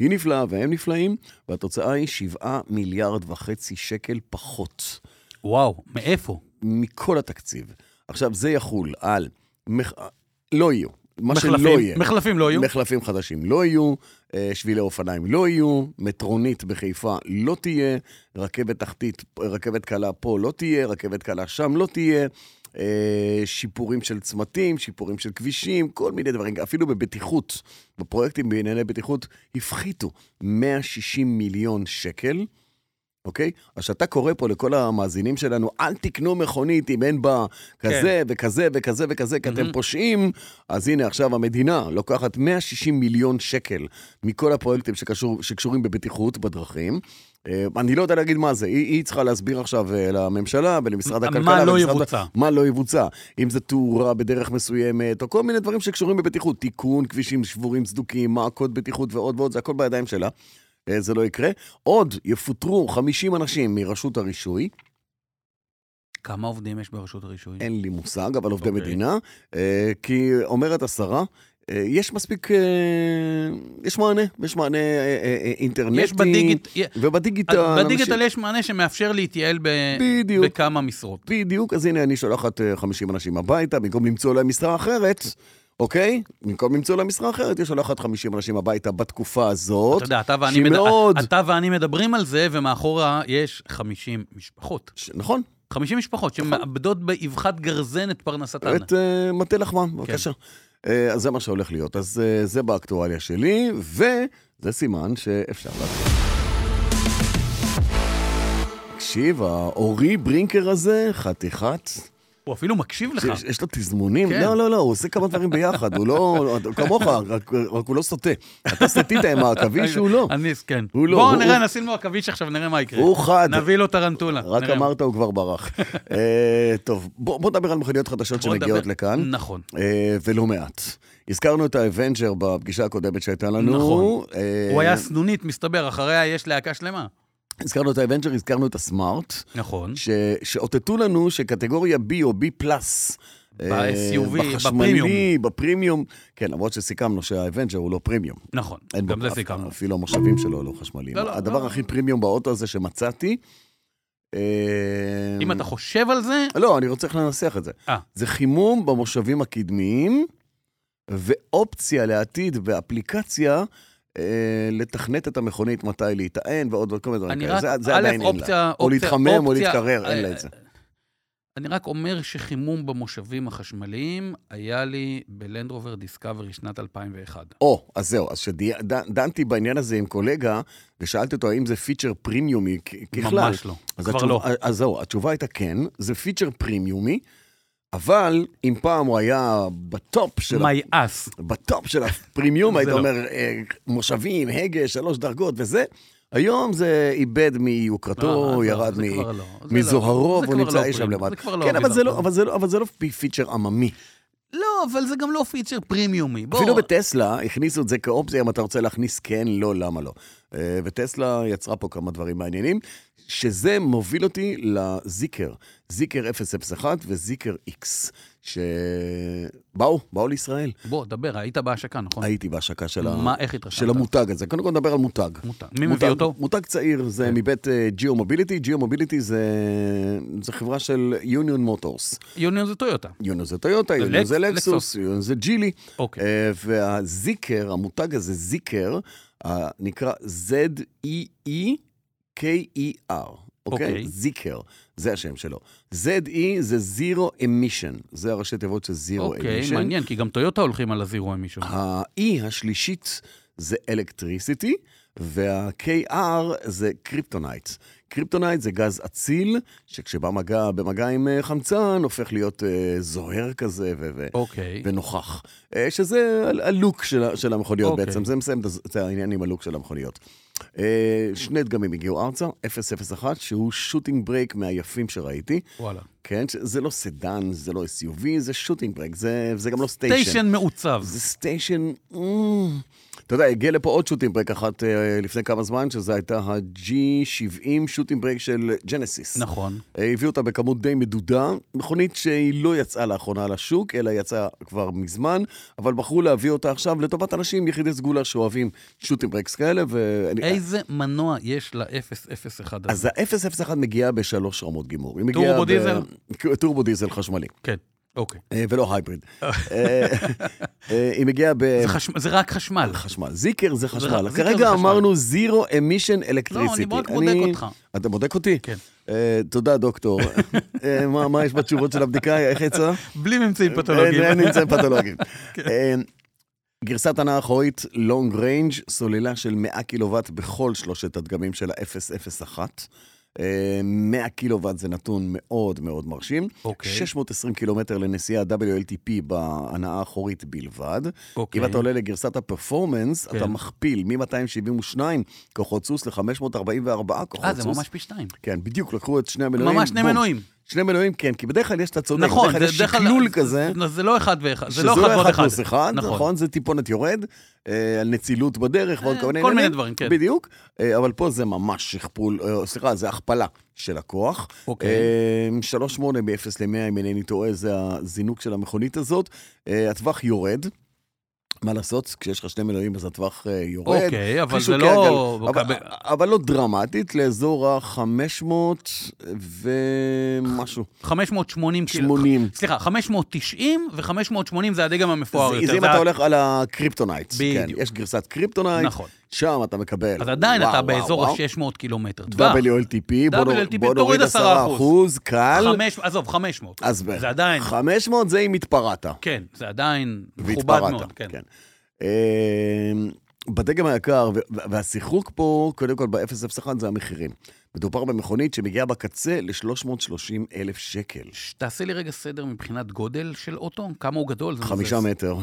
היא נפלאה והם נפלאים, והתוצאה היא 7 מיליארד וחצי שקל פחות
וואו, מאיפה?
מכל התקציב. עכשיו, זה יחול על... מח... לא יהיו. מה שלא
מחלפים-
יהיה.
מחלפים לא יהיו?
מחלפים חדשים לא יהיו, אה, שבילי אופניים לא יהיו, מטרונית בחיפה לא תהיה, רכבת תחתית, רכבת קלה פה לא תהיה, רכבת קלה שם לא תהיה, אה, שיפורים של צמתים, שיפורים של כבישים, כל מיני דברים, אפילו בבטיחות, בפרויקטים בענייני בטיחות, הפחיתו 160 מיליון שקל. אוקיי? אז כשאתה קורא פה לכל המאזינים שלנו, אל תקנו מכונית אם אין בה כזה וכזה וכזה וכזה, כי אתם
כן. מהמם.
פושעים, אז הנה עכשיו המדינה לוקחת 160 מיליון שקל מכל הפרויקטים שקשור, שקשורים בבטיחות בדרכים. אה, אני לא יודע להגיד מה זה, היא, היא צריכה להסביר עכשיו אה, לממשלה ולמשרד
מה
הכלכלה.
לא
ולמשרד-
יבוצע.
מה לא יבוצע. אם זה תאורה בדרך מסוימת, או כל מיני דברים שקשורים בבטיחות, תיקון, כבישים שבורים, סדוקים, מעקות בטיחות ועוד ועוד, זה הכל בידיים שלה. אה, זה לא יקרה. עוד יפוטרו 50 אנשים מרשות הרישוי,
כמה עובדים יש ברשות הרישוי?
אין לי מושג, אבל עובדי okay.
אוקיי.
מדינה, אה, כי אומרת השרה, אה, יש מספיק, אה, יש מענה, יש מענה אה, אה, אה, אינטרנטי.
יש בדיגיט...
ובדיגיטל. אנשים-
אה, בדיגיטל יש מענה שמאפשר להתייעל ב-
בדיוק.
בכמה משרות.
בדיוק, אז הנה אני שולחת אה, 50 אנשים הביתה, במקום למצוא להם משרה אחרת, אוקיי? במקום למצוא להם משרה אחרת, היא שולחת 50 אנשים הביתה בתקופה הזאת.
אתה יודע, אתה ואני
שהיא
מד-
מאוד-
אתה ואני מדברים על זה, ומאחורה יש 50 משפחות.
ש... נכון,
50 משפחות שמאבדות באבחת גרזן את פרנסתן.
את אה, מטה
כן.
לחמם, בבקשה. אה, אז זה מה שהולך להיות. אז אה, זה באקטואליה שלי, וזה סימן שאפשר להתחיל. תקשיב, האורי ברינקר הזה, חתיכת...
הוא אפילו מקשיב לך.
שיש- יש לו תזמונים?
כן.
לא, לא, לא, הוא עושה כמה דברים ביחד, הוא לא... כמוך, רק רק הוא לא סוטה. אתה סטית עם העכביש, הוא לא.
אני, כן.
הוא לא,
בואו
הוא-
נראה, נשים לו עכביש עכשיו, נראה מה יקרה.
הוא חד.
נביא לו טרנטולה.
רק
נראה.
אמרת, הוא כבר ברח. אה, טוב, בוא בוא נדבר על מכוניות חדשות
בוא
שמגיעות
נדבר.
לכאן.
נכון.
אה, ולא מעט. הזכרנו את האבנג'ר בפגישה הקודמת שהייתה לנו.
נכון.
אה,
הוא היה סנונית, מסתבר, אחריה יש להקה שלמה.
הזכרנו את האבנג'ר, הזכרנו את הסמארט,
נכון.
ש... שאותתו לנו שקטגוריה B או B פלאס.
ב-SUV,
בחשמלי, בפרימיום. כן, למרות שסיכמנו שהאבנג'ר הוא לא פרימיום.
נכון.
אין בו
גם זה
אף-
סיכמנו.
אפילו המושבים שלו לא חשמליים.
לא, לא,
הדבר
לא.
הכי פרימיום באוטו הזה שמצאתי... אה,
אם אתה חושב על זה,
לא, אני רוצה איך לנסח את זה.
אה.
זה חימום במושבים הקדמיים, ואופציה לעתיד באפליקציה אה, לתכנת את המכונית מתי להיטען ועוד כל מיני דברים
אני
כאלה.
רק,
זה, זה
א',
עדיין אין לה.
אופציה,
או
אופציה,
להתחמם או
אופציה-
להתקרר, אין
אה,
לה את זה.
אני רק אומר שחימום במושבים החשמליים היה לי בלנדרובר דיסקאברי שנת 2001.
או, אז זהו, אז שדנתי בעניין הזה עם קולגה, ושאלתי אותו האם זה פיצ'ר פרימיומי כ- ככלל.
ממש לא.
אז
כבר
התשוב...
לא.
אז זהו, התשובה הייתה כן, זה פיצ'ר פרימיומי, אבל אם פעם הוא היה בטופ של...
מי אס.
בטופ של הפרימיום,
<laughs> זה
היית
לא.
אומר, אה, מושבים, הגה, שלוש דרגות וזה. היום זה איבד
אה,
מיוקרתו,
עזוב,
ירד
זה
מ-
כבר לא. זה
מזוהרו,
לא.
והוא
זה כבר
נמצא
לא
אי שם
פרימיום,
לבד.
זה כבר לא
כן, אבל זה לא-
אביזר.
אבל זה לא- אבל זה לא פי- פיצ'ר עממי.
לא, אבל זה גם לא פיצ'ר פרימיומי. בוא.
אפילו בטסלה הכניסו את זה כאופציה, אם אתה רוצה להכניס כן, לא, למה לא. אה, וטסלה יצרה פה כמה דברים מעניינים, שזה מוביל אותי לזיקר, זיקר 001 וזיקר X, שבאו, באו לישראל.
בוא, דבר, היית בהשקה, נכון?
הייתי בהשקה של, ה...
מה, איך התרשמת?
של המותג הזה. קודם כל נדבר על מותג.
מותג. מי
מותג-
מביא אותו?
מותג צעיר, זה
כן.
מבית ג'יו מוביליטי. ג'יו מוביליטי זה חברה של יוניון מוטורס.
יוניון זה טויוטה.
יוניון זה טויוטה,
זה
יוניון זה
לקס-
לקסוס,
לקסוס.
יוניון זה ג'ילי.
אוקיי.
אה, והזיקר, המותג הזה, זיקר, אה, נקרא E Z-E-E-K-E-R, אוקיי?
אוקיי.
זיקר, זה השם שלו. Z-E זה Zero Emission, זה הראשי תיבות של Zero
אוקיי,
Emission.
מעניין, כי גם טויוטה הולכים על הזירו עם מישהו.
ה-E השלישית זה אלקטריסיטי, וה-KR זה קריפטונייט. קריפטונייט זה גז אציל, שכשבא מגע, במגע עם אה, חמצן, הופך להיות אה, זוהר כזה ו- ו-
אוקיי.
ונוכח. אה, שזה ה- הלוק של, ה- של המכוניות
אוקיי.
בעצם, זה מסיים את הז- את העניין עם הלוק של המכוניות. אה, שני דגמים הגיעו ארצה, 001, שהוא שוטינג ברייק מהיפים שראיתי,
וואלה.
כן? ש- זה לא סדן, זה לא SUV, זה שוטינג ברייק, זה, זה גם לא סטיישן.
סטיישן מעוצב.
זה סטיישן, אה, אתה יודע, הגיע לפה עוד שוטינג ברייק אחת אה, לפני כמה זמן, שזו הייתה ה-G70 שוטינג ברייק של ג'נסיס.
נכון.
אה, הביאו אותה בכמות די מדודה, מכונית שהיא לא יצאה לאחרונה לשוק, אלא יצאה כבר מזמן, אבל בחרו להביא אותה עכשיו לטובת אנשים יחידי סגולה שאוהבים שוטינג ברקס כאלה, ואני...
איזה מנוע יש ל-001 הזה?
אז ה-001 מגיעה בשלוש רמות גימור. היא מגיעה
טורבו
ב-
דיזל?
כ- טורבו דיזל חשמלי,
כן, אוקיי.
אה, ולא
<laughs>
הייבריד. אה, אה, היא מגיעה ב...
זה חשמ- זה רק חשמל.
חשמל. זיקר זה חשמל.
זיקר זה
כרגע
חשמל.
אמרנו זירו אמישן
לא,
אלקטריסיטי.
אני רק בודק אותך.
אתה בודק אותי?
כן.
אה, תודה,
<laughs>
דוקטור. אה, מה מה יש בתשובות של הבדיקה? איך יצא?
בלי ממצאים פתולוגיים.
אה, אין נמצאים
<laughs>
פתולוגים.
כן.
אה, גרסת הנעה אחורית, long range, סוללה של 100 קילוואט בכל שלושת הדגמים של ה-001. 100 אה, קילוואט זה נתון מאוד מאוד מרשים.
אוקיי.
620 קילומטר לנסיעה WLTP בהנאה האחורית בלבד.
אוקיי.
אם אתה עולה לגרסת הפרפורמנס, אתה
כן.
מכפיל מ-272 כוחות סוס ל-544
אה,
כוחות
זה
סוס.
ממש פי שתיים.
כן, בדיוק, לקחו את שני המנועים.
ממש שני
בום.
מנועים.
שני מנועים, כן, כי בדרך כלל יש, אתה צודק,
נכון,
בדרך
זה
כלל יש
בדרך כלל-
שקלול כזה.
זה- זה לא אחד ואחד. זה
שזה
לא אחד ועוד אחד.
פלוס אחד, נכון.
נכון.
זה טיפונת יורד, אה, על נצילות בדרך ועוד
אה,
כל מיני
כל מיני
עניינים.
דברים, כן.
בדיוק, אה, אבל פה זה ממש שכפול, אה, סליחה, זה הכפלה של הכוח.
אוקיי.
אה, 3.8 מ-0 ל-100, אם אינני טועה, זה הזינוק של המכונית הזאת. אה, הטווח יורד. מה לעשות, כשיש לך שני מנועים אז הטווח אה, יורד.
אוקיי, אבל זה
חישוקי
לא...
הגל- אבל,
בכבל-
אבל לא דרמטית, לאזור ה-500 ומשהו,
580 כאילו.
80.
סליחה, 590 ו-580 זה הדגם המפואר
אז
יותר.
זה אם
זה
אתה
ה-
הולך על הקריפטונייט. כן,
בדיוק.
יש גרסת קריפטונייט,
נכון.
שם אתה מקבל.
אז עדיין
וואו,
אתה
וואו,
באזור
וואו.
ה-600 קילומטר. טווח.
WLTP, בוא נור-
WLTP,
בוא נוריד
תוריד
10
10%.
אחוז, קל.
חמש- עזוב, 500.
אז
זה עדיין...
500 זה אם התפרעת.
כן, זה עדיין מכובד מאוד.
והתפרעת,
כן.
כן. אמ, בדגם היקר, ו- ו- והשיחוק פה, קודם כל ב-001 זה המחירים. מדובר במכונית שמגיעה בקצה ל-330 אלף שקל.
תעשה לי רגע סדר מבחינת גודל של אוטו, כמה הוא גדול. זה
חמישה
מבאס.
מטר.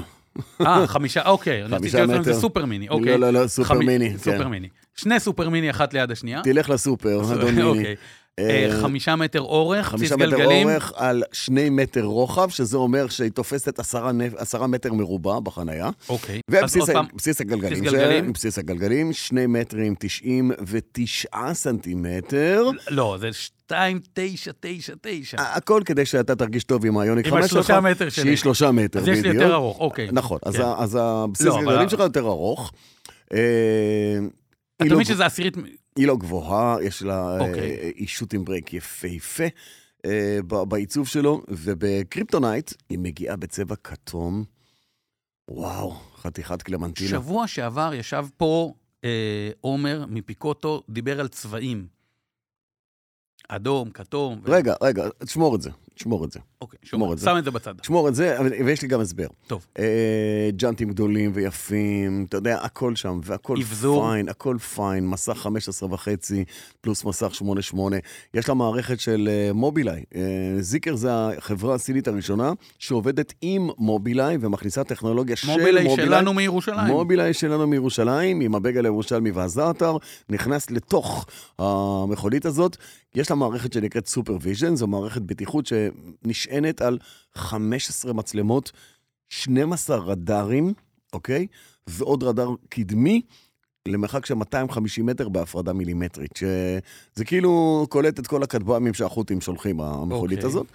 אה, חמישה, אוקיי. אני רציתי
חמישה
להיות זה
מטר.
סופר מיני,
לא,
אוקיי.
לא, לא, סופר
חמי-
מיני. כן.
סופר מיני. שני סופר מיני אחת ליד השנייה.
תלך לסופר, אדון מיני.
<laughs> אוקיי. אה,
אה,
חמישה מטר אורך,
חמישה
ציס
מטר
גלגלים.
אורך על שני מטר רוחב, שזה אומר שהיא תופסת עשרה, נפ... עשרה מטר מרובע בחנייה.
אוקיי. אז
ובסיס
עוד
ה...
פעם,
בסיס הגלגלים,
בסיס
ש-
גלגלים.
בסיס הגלגלים, שני מטרים תשעים ותשעה סנטימטר.
לא, זה 2999.
הכל כדי שאתה תרגיש טוב עם היוניק
עם
5 שלך.
השלושה מטר שלי.
שהיא שלושה מטר,
אז
בדיוק.
יש לי יותר ארוך, אוקיי.
נכון, אז
כן.
ה- אז הבסיס
לא, אבל
הגלגלים
ה-
שלך יותר ארוך. אה, היא
אתה
לא
מבין שזה עשירית...
היא לא גבוהה, יש לה
אוקיי.
אה, היא שוטינג ברייק יפהפה אה, ב- בעיצוב שלו, ובקריפטונייט היא מגיעה בצבע כתום. וואו, חתיכת קלמנטינה.
שבוע שעבר ישב פה אה, עומר מפיקוטו, דיבר על צבעים. אדום, כתום. ו-
רגע, רגע, תשמור את זה, תשמור את זה.
אוקיי,
שמור
שומר,
את זה.
שם את זה בצד.
תשמור את זה, אבל- ויש לי גם הסבר.
טוב.
אה, ג'אנטים גדולים ויפים, אתה יודע, הכל שם, והכל
אבזור.
פיין, הכל פיין, מסך 15 וחצי, פלוס מסך 88. יש לה מערכת של אה, מובילאיי. אה, זיקר זה החברה הסינית הראשונה שעובדת עם מובילאיי ומכניסה טכנולוגיה של מובילאיי.
מובילאיי שלנו מירושלים.
מובילאיי שלנו מירושלים, עם הבגל הירושלמי והזעתר, נכנס לתוך המכונית הזאת. יש לה מערכת שנקראת סופרוויז'ן, זו מערכת בטיחות שנשענת על 15 מצלמות, 12 רדארים, אוקיי? ועוד רדאר קדמי. למרחק של 250 מטר בהפרדה מילימטרית, שזה כאילו קולט את כל הכטב"מים שהחות'ים שולחים, המכונית
אוקיי.
הזאת.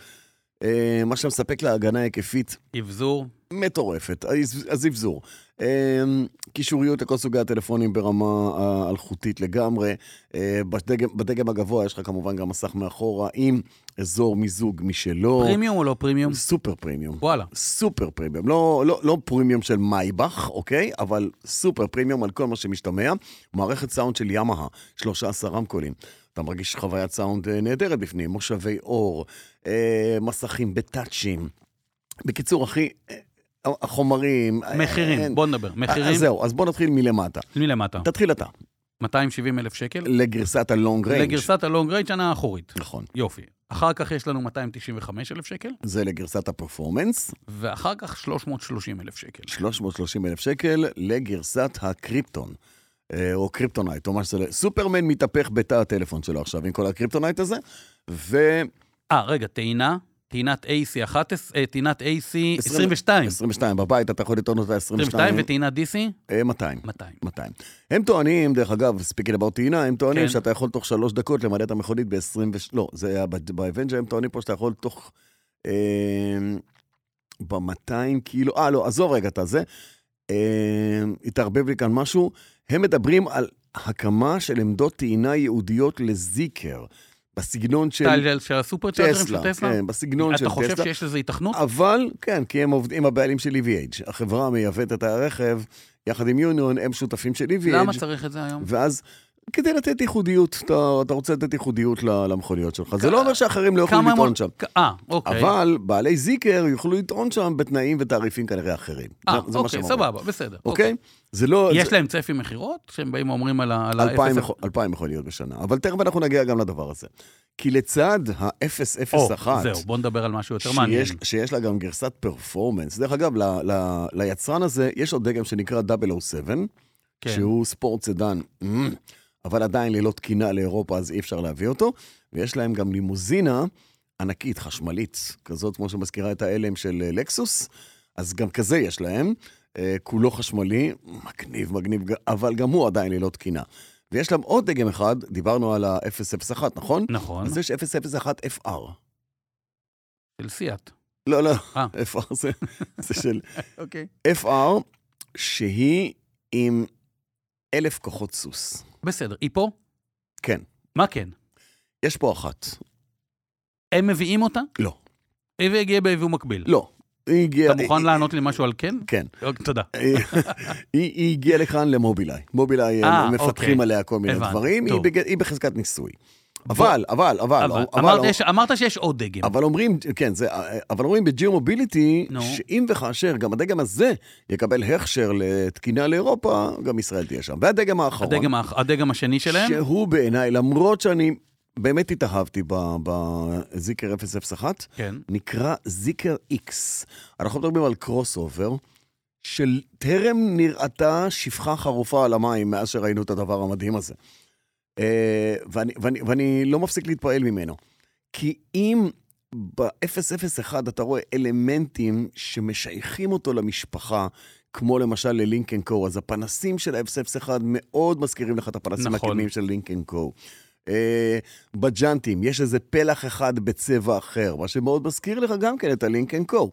אה, מה שמספק לה הגנה היקפית
אבזור.
מטורפת, הז- הזבזור. אמ, קישוריות לכל סוגי הטלפונים ברמה אה, אלחוטית לגמרי. אה, בדגם, בדגם הגבוה יש לך כמובן גם מסך מאחורה עם אזור מיזוג משלו.
פרימיום או לא פרימיום?
סופר פרימיום.
וואלה.
סופר פרימיום, לא, לא, לא פרימיום של מייבך, אוקיי? אבל סופר פרימיום על כל מה שמשתמע. מערכת סאונד של ימאה, 13 רמקולים. אתה מרגיש חוויית סאונד אה, נהדרת בפנים, מושבי אור, אה, מסכים בטאצ'ים. בקיצור, אחי, אה, החומרים... אה, אין.
מחירים, בוא נדבר.
אז
מחירים,
זהו, אז בוא נתחיל מלמטה.
מלמטה.
תתחיל אתה,
270 אלף שקל.
לגרסת הלונג ריינג'.
לא. לגרסת הלונג רייג' שנה אחורית.
נכון.
יופי. אחר כך יש לנו 295 אלף שקל,
זה לגרסת הפרפורמנס,
ואחר כך 330 אלף שקל.
330 אלף שקל לגרסת הקריפטון, אה, או קריפטונייט, או מה שזה... לא- סופרמן מתהפך בתא הטלפון שלו עכשיו עם כל הקריפטונייט הזה, ו-22
אה, רגע, טעינה. טעינת AC 11, אה, טעינת AC 22.
22 בבית, אתה יכול לטעון אותה אה, 22,
22 וטעינת DC
200.
200.
200. הם טוענים, דרך אגב, ספיקינג אבאוט טעינה, הם טוענים
כן.
שאתה יכול תוך שלוש דקות למלא את המכונית ב-20... לא, זה היה ב- באבנג'ר, הם טוענים פה שאתה יכול תוך... אה, ב-200 קילו... אה, לא, עזוב רגע את הזה. אה, התערבב לי כאן משהו. הם מדברים על הקמה של עמדות טעינה ייעודיות לזיקר, בסגנון של
טל של הסופרצ'ארגרים של
טסלה.
טסלה?
כן, בסגנון של
אתה חושב
טסלה.
שיש לזה היתכנות?
אבל, כן, כי הם עובדים, הבעלים של EVH. החברה מייבאת את הרכב, יחד עם יוניון, הם שותפים של EVH.
למה צריך את זה היום?
ואז כדי לתת ייחודיות, אתה, אתה רוצה לתת ייחודיות ל- למכוניות שלך. זה לא אומר שאחרים לא יכולים
כמה הם-
לטעון שם.
אה, אוקיי.
אבל בעלי זיקר יוכלו לטעון שם בתנאים ותעריפים כנראה אחרים.
אה,
זה- זה מה
אוקיי,
שהם אומרים.
סבבה, בסדר.
אוקיי? זה לא... זה-
יש להם צפי מכירות? שהם באים ואומרים על ה... על ה-
אלפיים
אפס-
מכו- אלפיים מכוניות בשנה. אבל תכף אנחנו נגיע גם לדבר הזה. כי לצד
או,
ה-001,
זהו, בוא נדבר על משהו יותר מעניין.
שיש, שיש לה גם גרסת פרפורמנס, דרך אגב, ל, ל, ליצרן הזה יש עוד דגם שנקרא 007,
כן.
שהוא ספורט סדן, אמ, <clears throat> אבל עדיין ללא תקינה לאירופה, אז אי אפשר להביא אותו. ויש להם גם לימוזינה ענקית, חשמלית, כזאת כמו שמזכירה את ההלם של אה, לקסוס, אז גם כזה יש להם. אה, כולו חשמלי, מגניב, מגניב, ג- אבל גם הוא עדיין ללא תקינה. ויש להם עוד דגם אחד, דיברנו על ה-001, נכון?
נכון,
אז יש 001 FR.
של סיאט.
לא, לא,
אה.
FR זה, זה של
אוקיי.
FR, שהיא עם אלף כוחות סוס.
בסדר, היא פה?
כן.
מה כן?
יש פה אחת.
הם מביאים אותה?
לא.
היא הגיעה ביבוא מקביל.
לא. היא הגיעה...
אתה מוכן לענות לי משהו על כן?
כן.
אוקיי, תודה.
היא, היא הגיעה לכאן למובילאיי. מובילאיי,
אה,
הם מפתחים
אוקיי.
עליה כל מיני
הבנתי,
דברים. היא,
טוב.
בג... היא בחזקת ניסוי. אבל, אבל, אבל,
אבל-
לא, אבל,
אמרת יש- אמרת שיש עוד דגם.
אבל אומרים, כן, זה, אבל אומרים בג'יר מוביליטי,
נו.
שאם וכאשר גם הדגם הזה יקבל הכשר לתקינה לאירופה, גם ישראל תהיה שם. והדגם האחרון,
הדגם האח- הדגם השני שלהם?
שהוא בעיניי, למרות שאני באמת התאהבתי ב- בזיקר 001,
כן.
נקרא זיקר איקס. אנחנו מדברים על קרוס אובר, שטרם נראתה שפחה חרופה על המים מאז שראינו את הדבר המדהים הזה. אה, ואני, ואני, ואני לא מפסיק להתפעל ממנו. כי אם ב-001 אתה רואה אלמנטים שמשייכים אותו למשפחה, כמו למשל ללינקן קו, אז הפנסים של ה-001 מאוד מזכירים לך את הפנסים
נכון.
הקדמיים של לינקן קו. אה, בג'אנטים, יש איזה פלח אחד בצבע אחר, מה שמאוד מזכיר לך גם כן את הלינקן קו.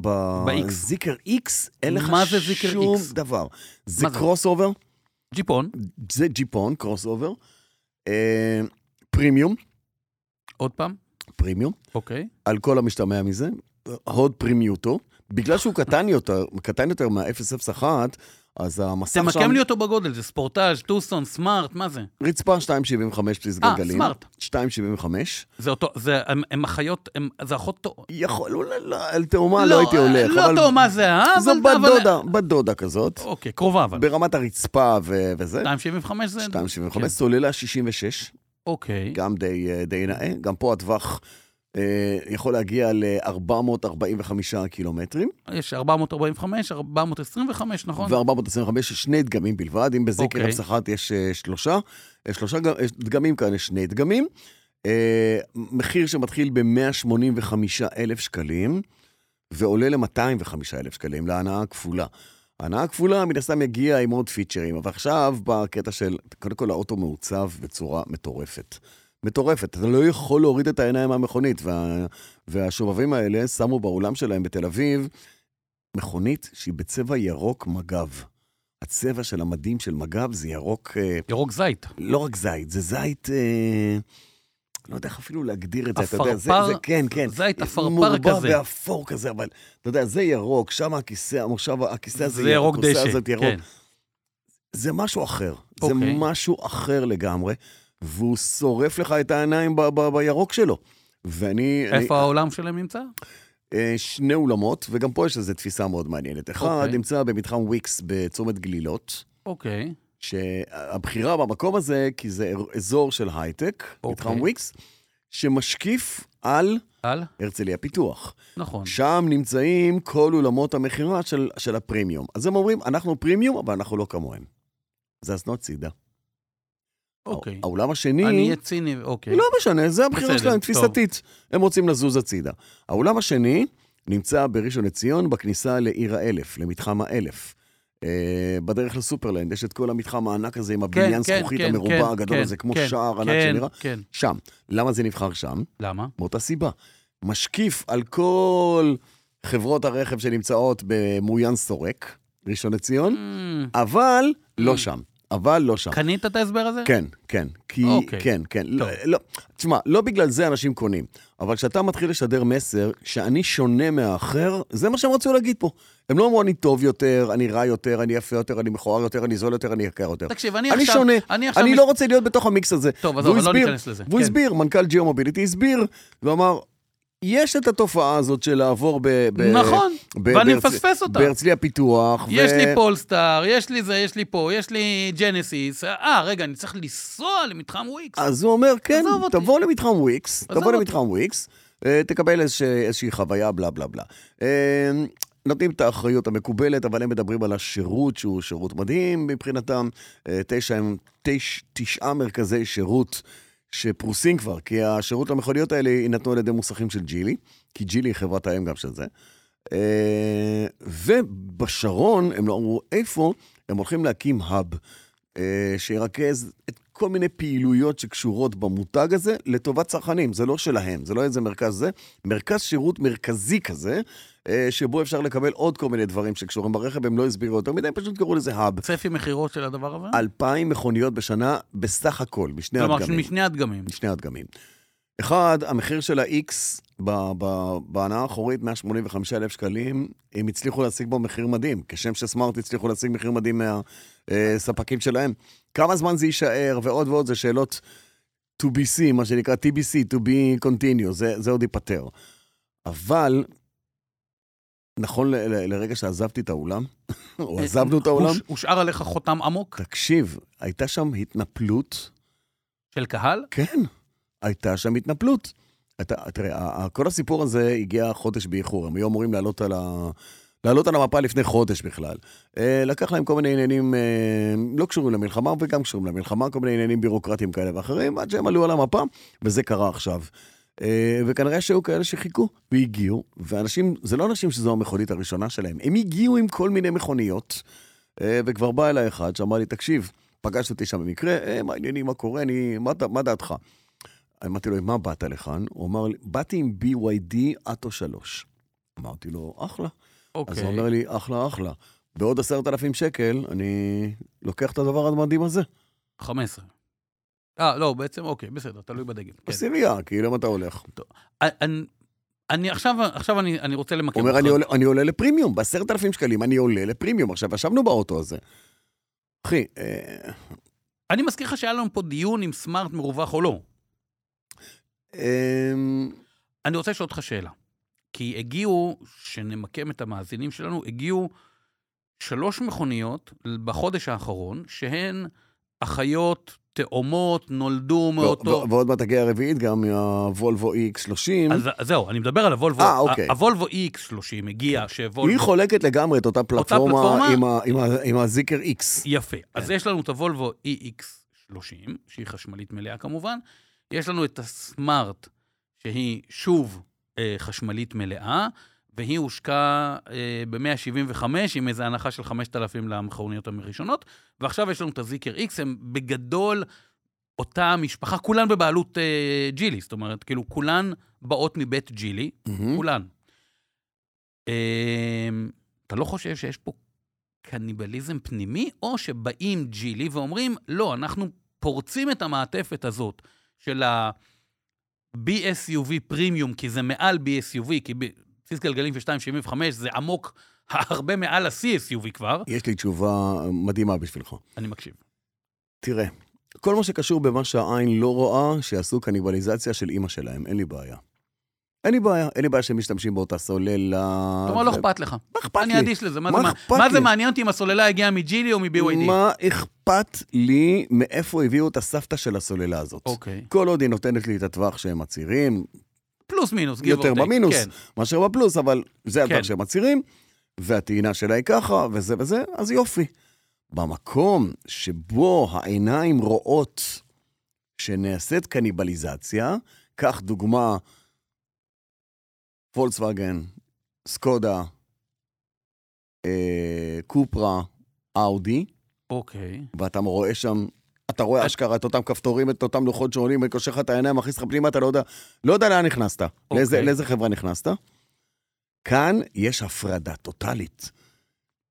ב-X.
בזיקר איקס אין לך
מה זה זיקר
שום
X?
דבר. זה
מה זה?
קרוס אובר,
ג'יפון,
זה ג'יפון, קרוס אובר, אה, פרימיום,
עוד פעם.
פרימיום,
אוקיי.
על כל המשתמע מזה, הוד פרימיוטו, בגלל שהוא קטן יותר, קטן יותר מה-001, אז המסך
אתה
שם...
מקם לי אותו בגודל, זה ספורטאז', טוסון, סמארט, מה זה?
רצפה 2.75 בסיס
אה,
גלגלים.
סמארט.
2.75.
זה אותו, זה, הם- הם אחיות, הם- זה אחות תאומה.
יכול, אולי, לא, על תאומה לא הייתי הולך.
לא
אבל-
תאומה זה, אה?
זו
אבל-
בת
אבל-
דודה, בת דודה כזאת.
אוקיי, קרובה אבל.
ברמת הרצפה ו- וזה.
2.75 זה?
2.75,
כן.
סוללה 66.
אוקיי.
גם די, אה, די נאה, גם פה הטווח אה, יכול להגיע ל-445 קילומטרים,
יש 445, 425, נכון?
ו-425 שני דגמים בלבד, אם בזקר
אוקיי.
אפס אחת יש אה, שלושה, אה, שלושה ג- אה, דגמים כאן יש שני דגמים. אה, מחיר שמתחיל ב-185 אלף שקלים, ועולה ל-205 אלף שקלים, להנאה הכפולה. ההנאה הכפולה מן הסתם יגיע עם עוד פיצ'רים, אבל עכשיו בקטע של, קודם כל האוטו מעוצב בצורה מטורפת. מטורפת, אתה לא יכול להוריד את העיניים מהמכונית, וה, והשובבים האלה שמו באולם שלהם בתל אביב מכונית שהיא בצבע ירוק מג"ב. הצבע של המדים של מג"ב זה ירוק, אה,
ירוק זית.
לא רק זית, זה זית, אה, לא יודע איך אפילו להגדיר את זה, אתה יודע, זה,
עפרפר-
זה כן, כן.
זית עפרפר
מורבע
כזה.
ואפור כזה, אבל אתה יודע, זה ירוק, שם הכיסא, המושב, הכיסא הזה,
זה ירוק
הכורסה
דשא.
הזאת ירוק.
כן.
זה משהו אחר. זה
אוקיי.
משהו אחר לגמרי, והוא שורף לך את העיניים ב- ב- בירוק שלו. ואני... אני-
איפה העולם שלהם נמצא?
אה, שני אולמות, וגם פה יש איזו תפיסה מאוד מעניינת. אחד
אוקיי.
נמצא במתחם וויקס בצומת גלילות,
אוקיי.
שהבחירה במקום הזה, כי זה אזור של הייטק,
אוקיי.
מתחם וויקס, שמשקיף על
על?
הרצליה פיתוח.
נכון.
שם נמצאים כל אולמות המכירה של, של הפרימיום. אז הם אומרים, אנחנו פרימיום, אבל אנחנו לא כמוהם. זזנו הצידה.
אוקיי.
האולם השני...
אני אהיה ציני, אוקיי.
לא משנה, זה הבחירה
בסדר,
שלהם,
טוב.
תפיסתית. הם רוצים לזוז הצידה. האולם השני נמצא בראשון לציון, בכניסה לעיר האלף, למתחם האלף. אה, בדרך לסופרלנד, יש את כל המתחם הענק הזה עם
כן,
הבניין
כן,
זכוכית
כן,
המרובע
כן,
הגדול
כן,
הזה, כמו
כן,
שער ענק
כן,
שנראה.
כן.
שם. למה זה נבחר שם?
למה?
מאותה סיבה. משקיף על כל חברות הרכב שנמצאות במויאן סורק, ראשון לציון,
Mm,
אבל לא שם. אבל לא שם.
קנית את ההסבר הזה?
כן, כן. כי,
אוקיי.
כן, כן. לא,
טוב.
לא, תשמע, לא בגלל זה אנשים קונים, אבל כשאתה מתחיל לשדר מסר שאני שונה מהאחר, זה מה שהם רצו להגיד פה. הם לא אמרו אני טוב יותר, אני רע יותר, אני יפה יותר, אני מכוער יותר, אני זול יותר, אני יקר יותר.
תקשיב, אני
אני
עכשיו...
שונה,
אני עכשיו...
אני
מס-
לא רוצה להיות בתוך המיקס הזה.
טוב,
והוא
עזוב, אבל לא
הסביר-
ניכנס לזה.
והוא
כן.
הסביר, מנכ"ל ג'יו מוביליטי הסביר, ואמר, יש את התופעה הזאת של לעבור ב... ב
נכון,
ב-
ואני
בהרצ-
מפספס אותה.
בהרצליה פיתוח.
יש לי פולסטאר, יש לי זה, יש לי פה, יש לי ג'נסיס. אה, רגע, אני צריך לנסוע למתחם וויקס.
אז הוא אומר, כן,
עזוב אותי.
תבוא למתחם וויקס,
עזוב
תבוא
אותי.
למתחם וויקס, אה, תקבל איזושה- איזושהי חוויה, בלה בלה בלה. אה, נותנים את האחריות המקובלת, אבל הם מדברים על השירות, שהוא שירות מדהים מבחינתם. אה, תשע, הם- תש, תשעה מרכזי שירות שפרוסים כבר, כי השירות למכוניות האלה יינתנו על ידי מוסכים של ג'ילי, כי ג'ילי היא חברת האם גם של זה. אה, ובשרון, הם לא אמרו איפה, הם הולכים להקים האב, אה, שירכז את כל מיני פעילויות שקשורות במותג הזה לטובת צרכנים, זה לא שלהם, זה לא איזה מרכז זה, מרכז שירות מרכזי כזה, אה, שבו אפשר לקבל עוד כל מיני דברים שקשורים ברכב, הם לא הסבירו יותר מדי, הם פשוט קראו לזה האב.
צפי מכירות של הדבר הזה?
אלפיים מכוניות בשנה בסך הכל, משני
אה. כלומר,
הדגמים.
משני הדגמים.
משני הדגמים. אחד, המחיר של ה-X ב- ב- בהנאה האחורית, 185,000 שקלים, הם הצליחו להשיג בו מחיר מדהים, כשם שסמארט הצליחו להשיג מחיר מדהים מהספקים שלהם. כמה זמן זה יישאר, ועוד ועוד, זה שאלות to be seen, מה שנקרא TBC, to be continue, זה, זה עוד ייפתר. אבל, נכון ל- ל- לרגע שעזבתי את האולם, <laughs> או עזבנו
<laughs>
את האולם,
הוש- הושאר עליך חותם עמוק
תקשיב, הייתה שם התנפלות
של קהל?
כן, הייתה שם התנפלות. אתה, תראה, ה- ה- כל הסיפור הזה הגיע חודש באיחור, הם היו אמורים לעלות על, ה... לעלות על המפה לפני חודש בכלל. אה, לקח להם כל מיני עניינים אה, לא קשורים למלחמה וגם קשורים למלחמה, כל מיני עניינים בירוקרטיים כאלה ואחרים, עד שהם עלו על המפה, וזה קרה עכשיו. אה, וכנראה שהיו כאלה שחיכו והגיעו, ואנשים, זה לא אנשים שזו המכונית הראשונה שלהם, הם הגיעו עם כל מיני מכוניות, אה, וכבר בא אליי אחד שאמר לי, תקשיב, פגש אותי שם במקרה, אה, מה העניינים, מה קורה, אני, מה, ד- מה דעתך? אמרתי לו, "עם מה באת לכאן? הוא אמר לי, באתי עם BYD אטו 3. אמרתי לו, אחלה. אז הוא
אוקיי.
אומר לי, אחלה, אחלה. בעוד עשרת אלפים שקל, אני לוקח את הדבר המדהים הזה.
15. אה, לא, בעצם, אוקיי, בסדר, תלוי בדגל. כן.
עשירייה, כאילו, אם אתה הולך.
אני- אני עכשיו, עכשיו אני, אני רוצה למקם
הוא אומר, אני עולה, אני עולה לפרימיום, בעשרת אלפים שקלים, אני עולה לפרימיום. עכשיו, ישבנו באוטו הזה. אחי, אה,
אני מזכיר לך שהיה לנו פה דיון אם סמארט מרווח או לא.
אה,
אני רוצה לשאול אותך שאלה. כי הגיעו, שנמקם את המאזינים שלנו, הגיעו שלוש מכוניות בחודש האחרון, שהן אחיות, תאומות, נולדו מאותו...
ו- ו- ועוד מעט תגיע הרביעית גם מהוולבו X30.
אז, אז זהו, אני מדבר על הוולבו.
אה, אוקיי.
ה- הוולבו X30 הגיע,
היא
שוולבו...
חולקת לגמרי את אותה פלטפורמה
פלטפורמה?
עם ה- עם ה- עם הזיקר X.
יפה. אז
כן.
יש לנו את הוולבו EX30, שהיא חשמלית מלאה כמובן. יש לנו את הסמארט, שהיא שוב אה, חשמלית מלאה, והיא הושקה אה, ב-175 עם איזו הנחה של 5,000 למכוניות הראשונות. ועכשיו יש לנו את הזיקר X, הם בגדול אותה משפחה, כולן בבעלות אה, ג'ילי, זאת אומרת, כאילו כולן באות מבית ג'ילי,
מהמם.
כולן. אמ, אתה לא חושב שיש פה קניבליזם פנימי, או שבאים ג'ילי ואומרים, לא, אנחנו פורצים את המעטפת הזאת של ה-BSUV פרימיום, כי זה מעל BSUV, כי ב- בסיס גלגלים של 2.75 זה עמוק <laughs> הרבה מעל ה-CSUV כבר.
יש לי תשובה מדהימה בשבילך.
אני מקשיב.
אה, תראה, כל מה שקשור במה שהעין לא רואה, שיעשו קניבליזציה של אימא שלהם, אין לי בעיה. אין לי בעיה, אין לי בעיה שהם משתמשים באותה סוללה.
כלומר, לא
ו-
אכפת לך.
מה אכפת
אני
לי?
אדיש לזה, מה
מה
זה מע-
אכפת
מה זה
לי?
מעניין אותי אם הסוללה הגיעה מג'ילי או מ-BYD?
מה אכפת לי מאיפה הביאו את הסבתא של הסוללה הזאת?
אוקיי.
כל עוד היא נותנת לי את הטווח שהם מצהירים,
פלוס מינוס, give or
יותר
take,
במינוס
כן.
מאשר בפלוס, אבל זה הדבר
כן.
שהם מצהירים, והטעינה שלה היא ככה, וזה וזה, אז יופי. במקום שבו העיניים רואות שנעשית קניבליזציה, קח דוגמה, פולקסווגן, סקודה, אה, קופרה, אאודי,
אוקיי.
ואתה רואה שם, אתה רואה אשכרה את אותם כפתורים, את אותם לוחות שעולים, קושר לך את העיניים, מכניס לך פנימה, אתה לא יודע, לא יודע לאן נכנסת, לאיזה,
אוקיי.
לאיזה חברה נכנסת. כאן יש הפרדה טוטאלית.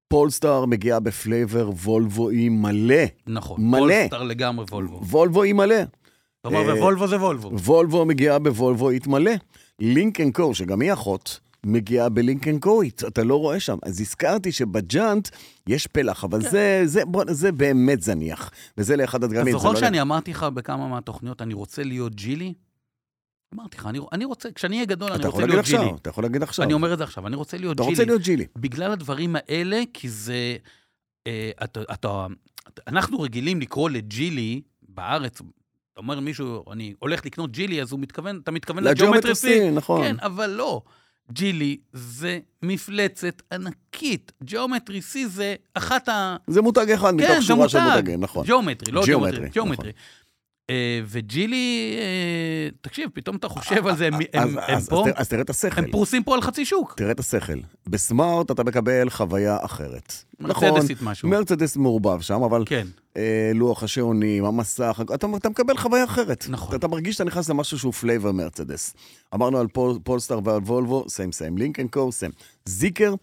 פולסטאר מגיעה בפלייבר וולבואי מלא.
נכון.
מלא.
וולסטאר לגמרי וולבו.
וולבואי מלא.
כלומר,
אה,
ווולבו זה וולבו.
וולבו מגיעה בוולבואית מלא. לינקן קור, שגם היא אחות, מגיעה בלינקן קורית, אתה לא רואה שם. אז הזכרתי שבג'אנט יש פלח,
כן.
אבל זה, זה, בוא, זה באמת זניח. וזה לאחד
אתה
הדגמים. זה
זוכר
לא
שאני אמרתי לך בכמה מהתוכניות, אני רוצה להיות ג'ילי? אמרתי לך, אני- אני רוצה, כשאני אהיה גדול, אני
אתה יכול להגיד
רוצה להיות ג'ילי.
עכשיו, אתה יכול להגיד עכשיו.
אני אומר את זה עכשיו, אני רוצה להיות
אתה רוצה
ג'ילי.
להיות ג'ילי.
בגלל הדברים האלה, כי זה... אה, אתה, אתה, אנחנו רגילים לקרוא לג'ילי בארץ, אתה אומר מישהו, אני הולך לקנות ג'ילי, אז הוא מתכוון, אתה מתכוון
לג'יאומטרי
לג'יאומטרי C.
סין, נכון.
כן, אבל לא. ג'ילי זה מפלצת ענקית. ג'יאומטרי C זה אחת ה...
זה מותג אחד
כן,
מתוך
זה
שורה של
מותג.
מותגים, נכון.
ג'יאומטרי, לא
ג'יאומטרי,
ג'יאומטרי. ג'יאומטרי. אה, וג'ילי, אה, תקשיב, פתאום אתה חושב על זה, הם-
אז-
הם הם
אז-
פה,
אז ת- אז תראה את השכל.
הם פרוסים פה על חצי שוק.
תראה את השכל. בסמארט אתה מקבל חוויה אחרת. נכון,
מרצדסית משהו.
מרצדס מעורבב שם, אבל
כן.
אה, לוח השעונים, המסך, הכ- אתה, אתה מקבל חוויה אחרת.
נכון.
אתה, אתה מרגיש שאתה נכנס למשהו שהוא פלייבר מרצדס. אמרנו על פול, פולסטאר ועל וולבו, סיים סיים, לינקן קו, סיים. זיקר,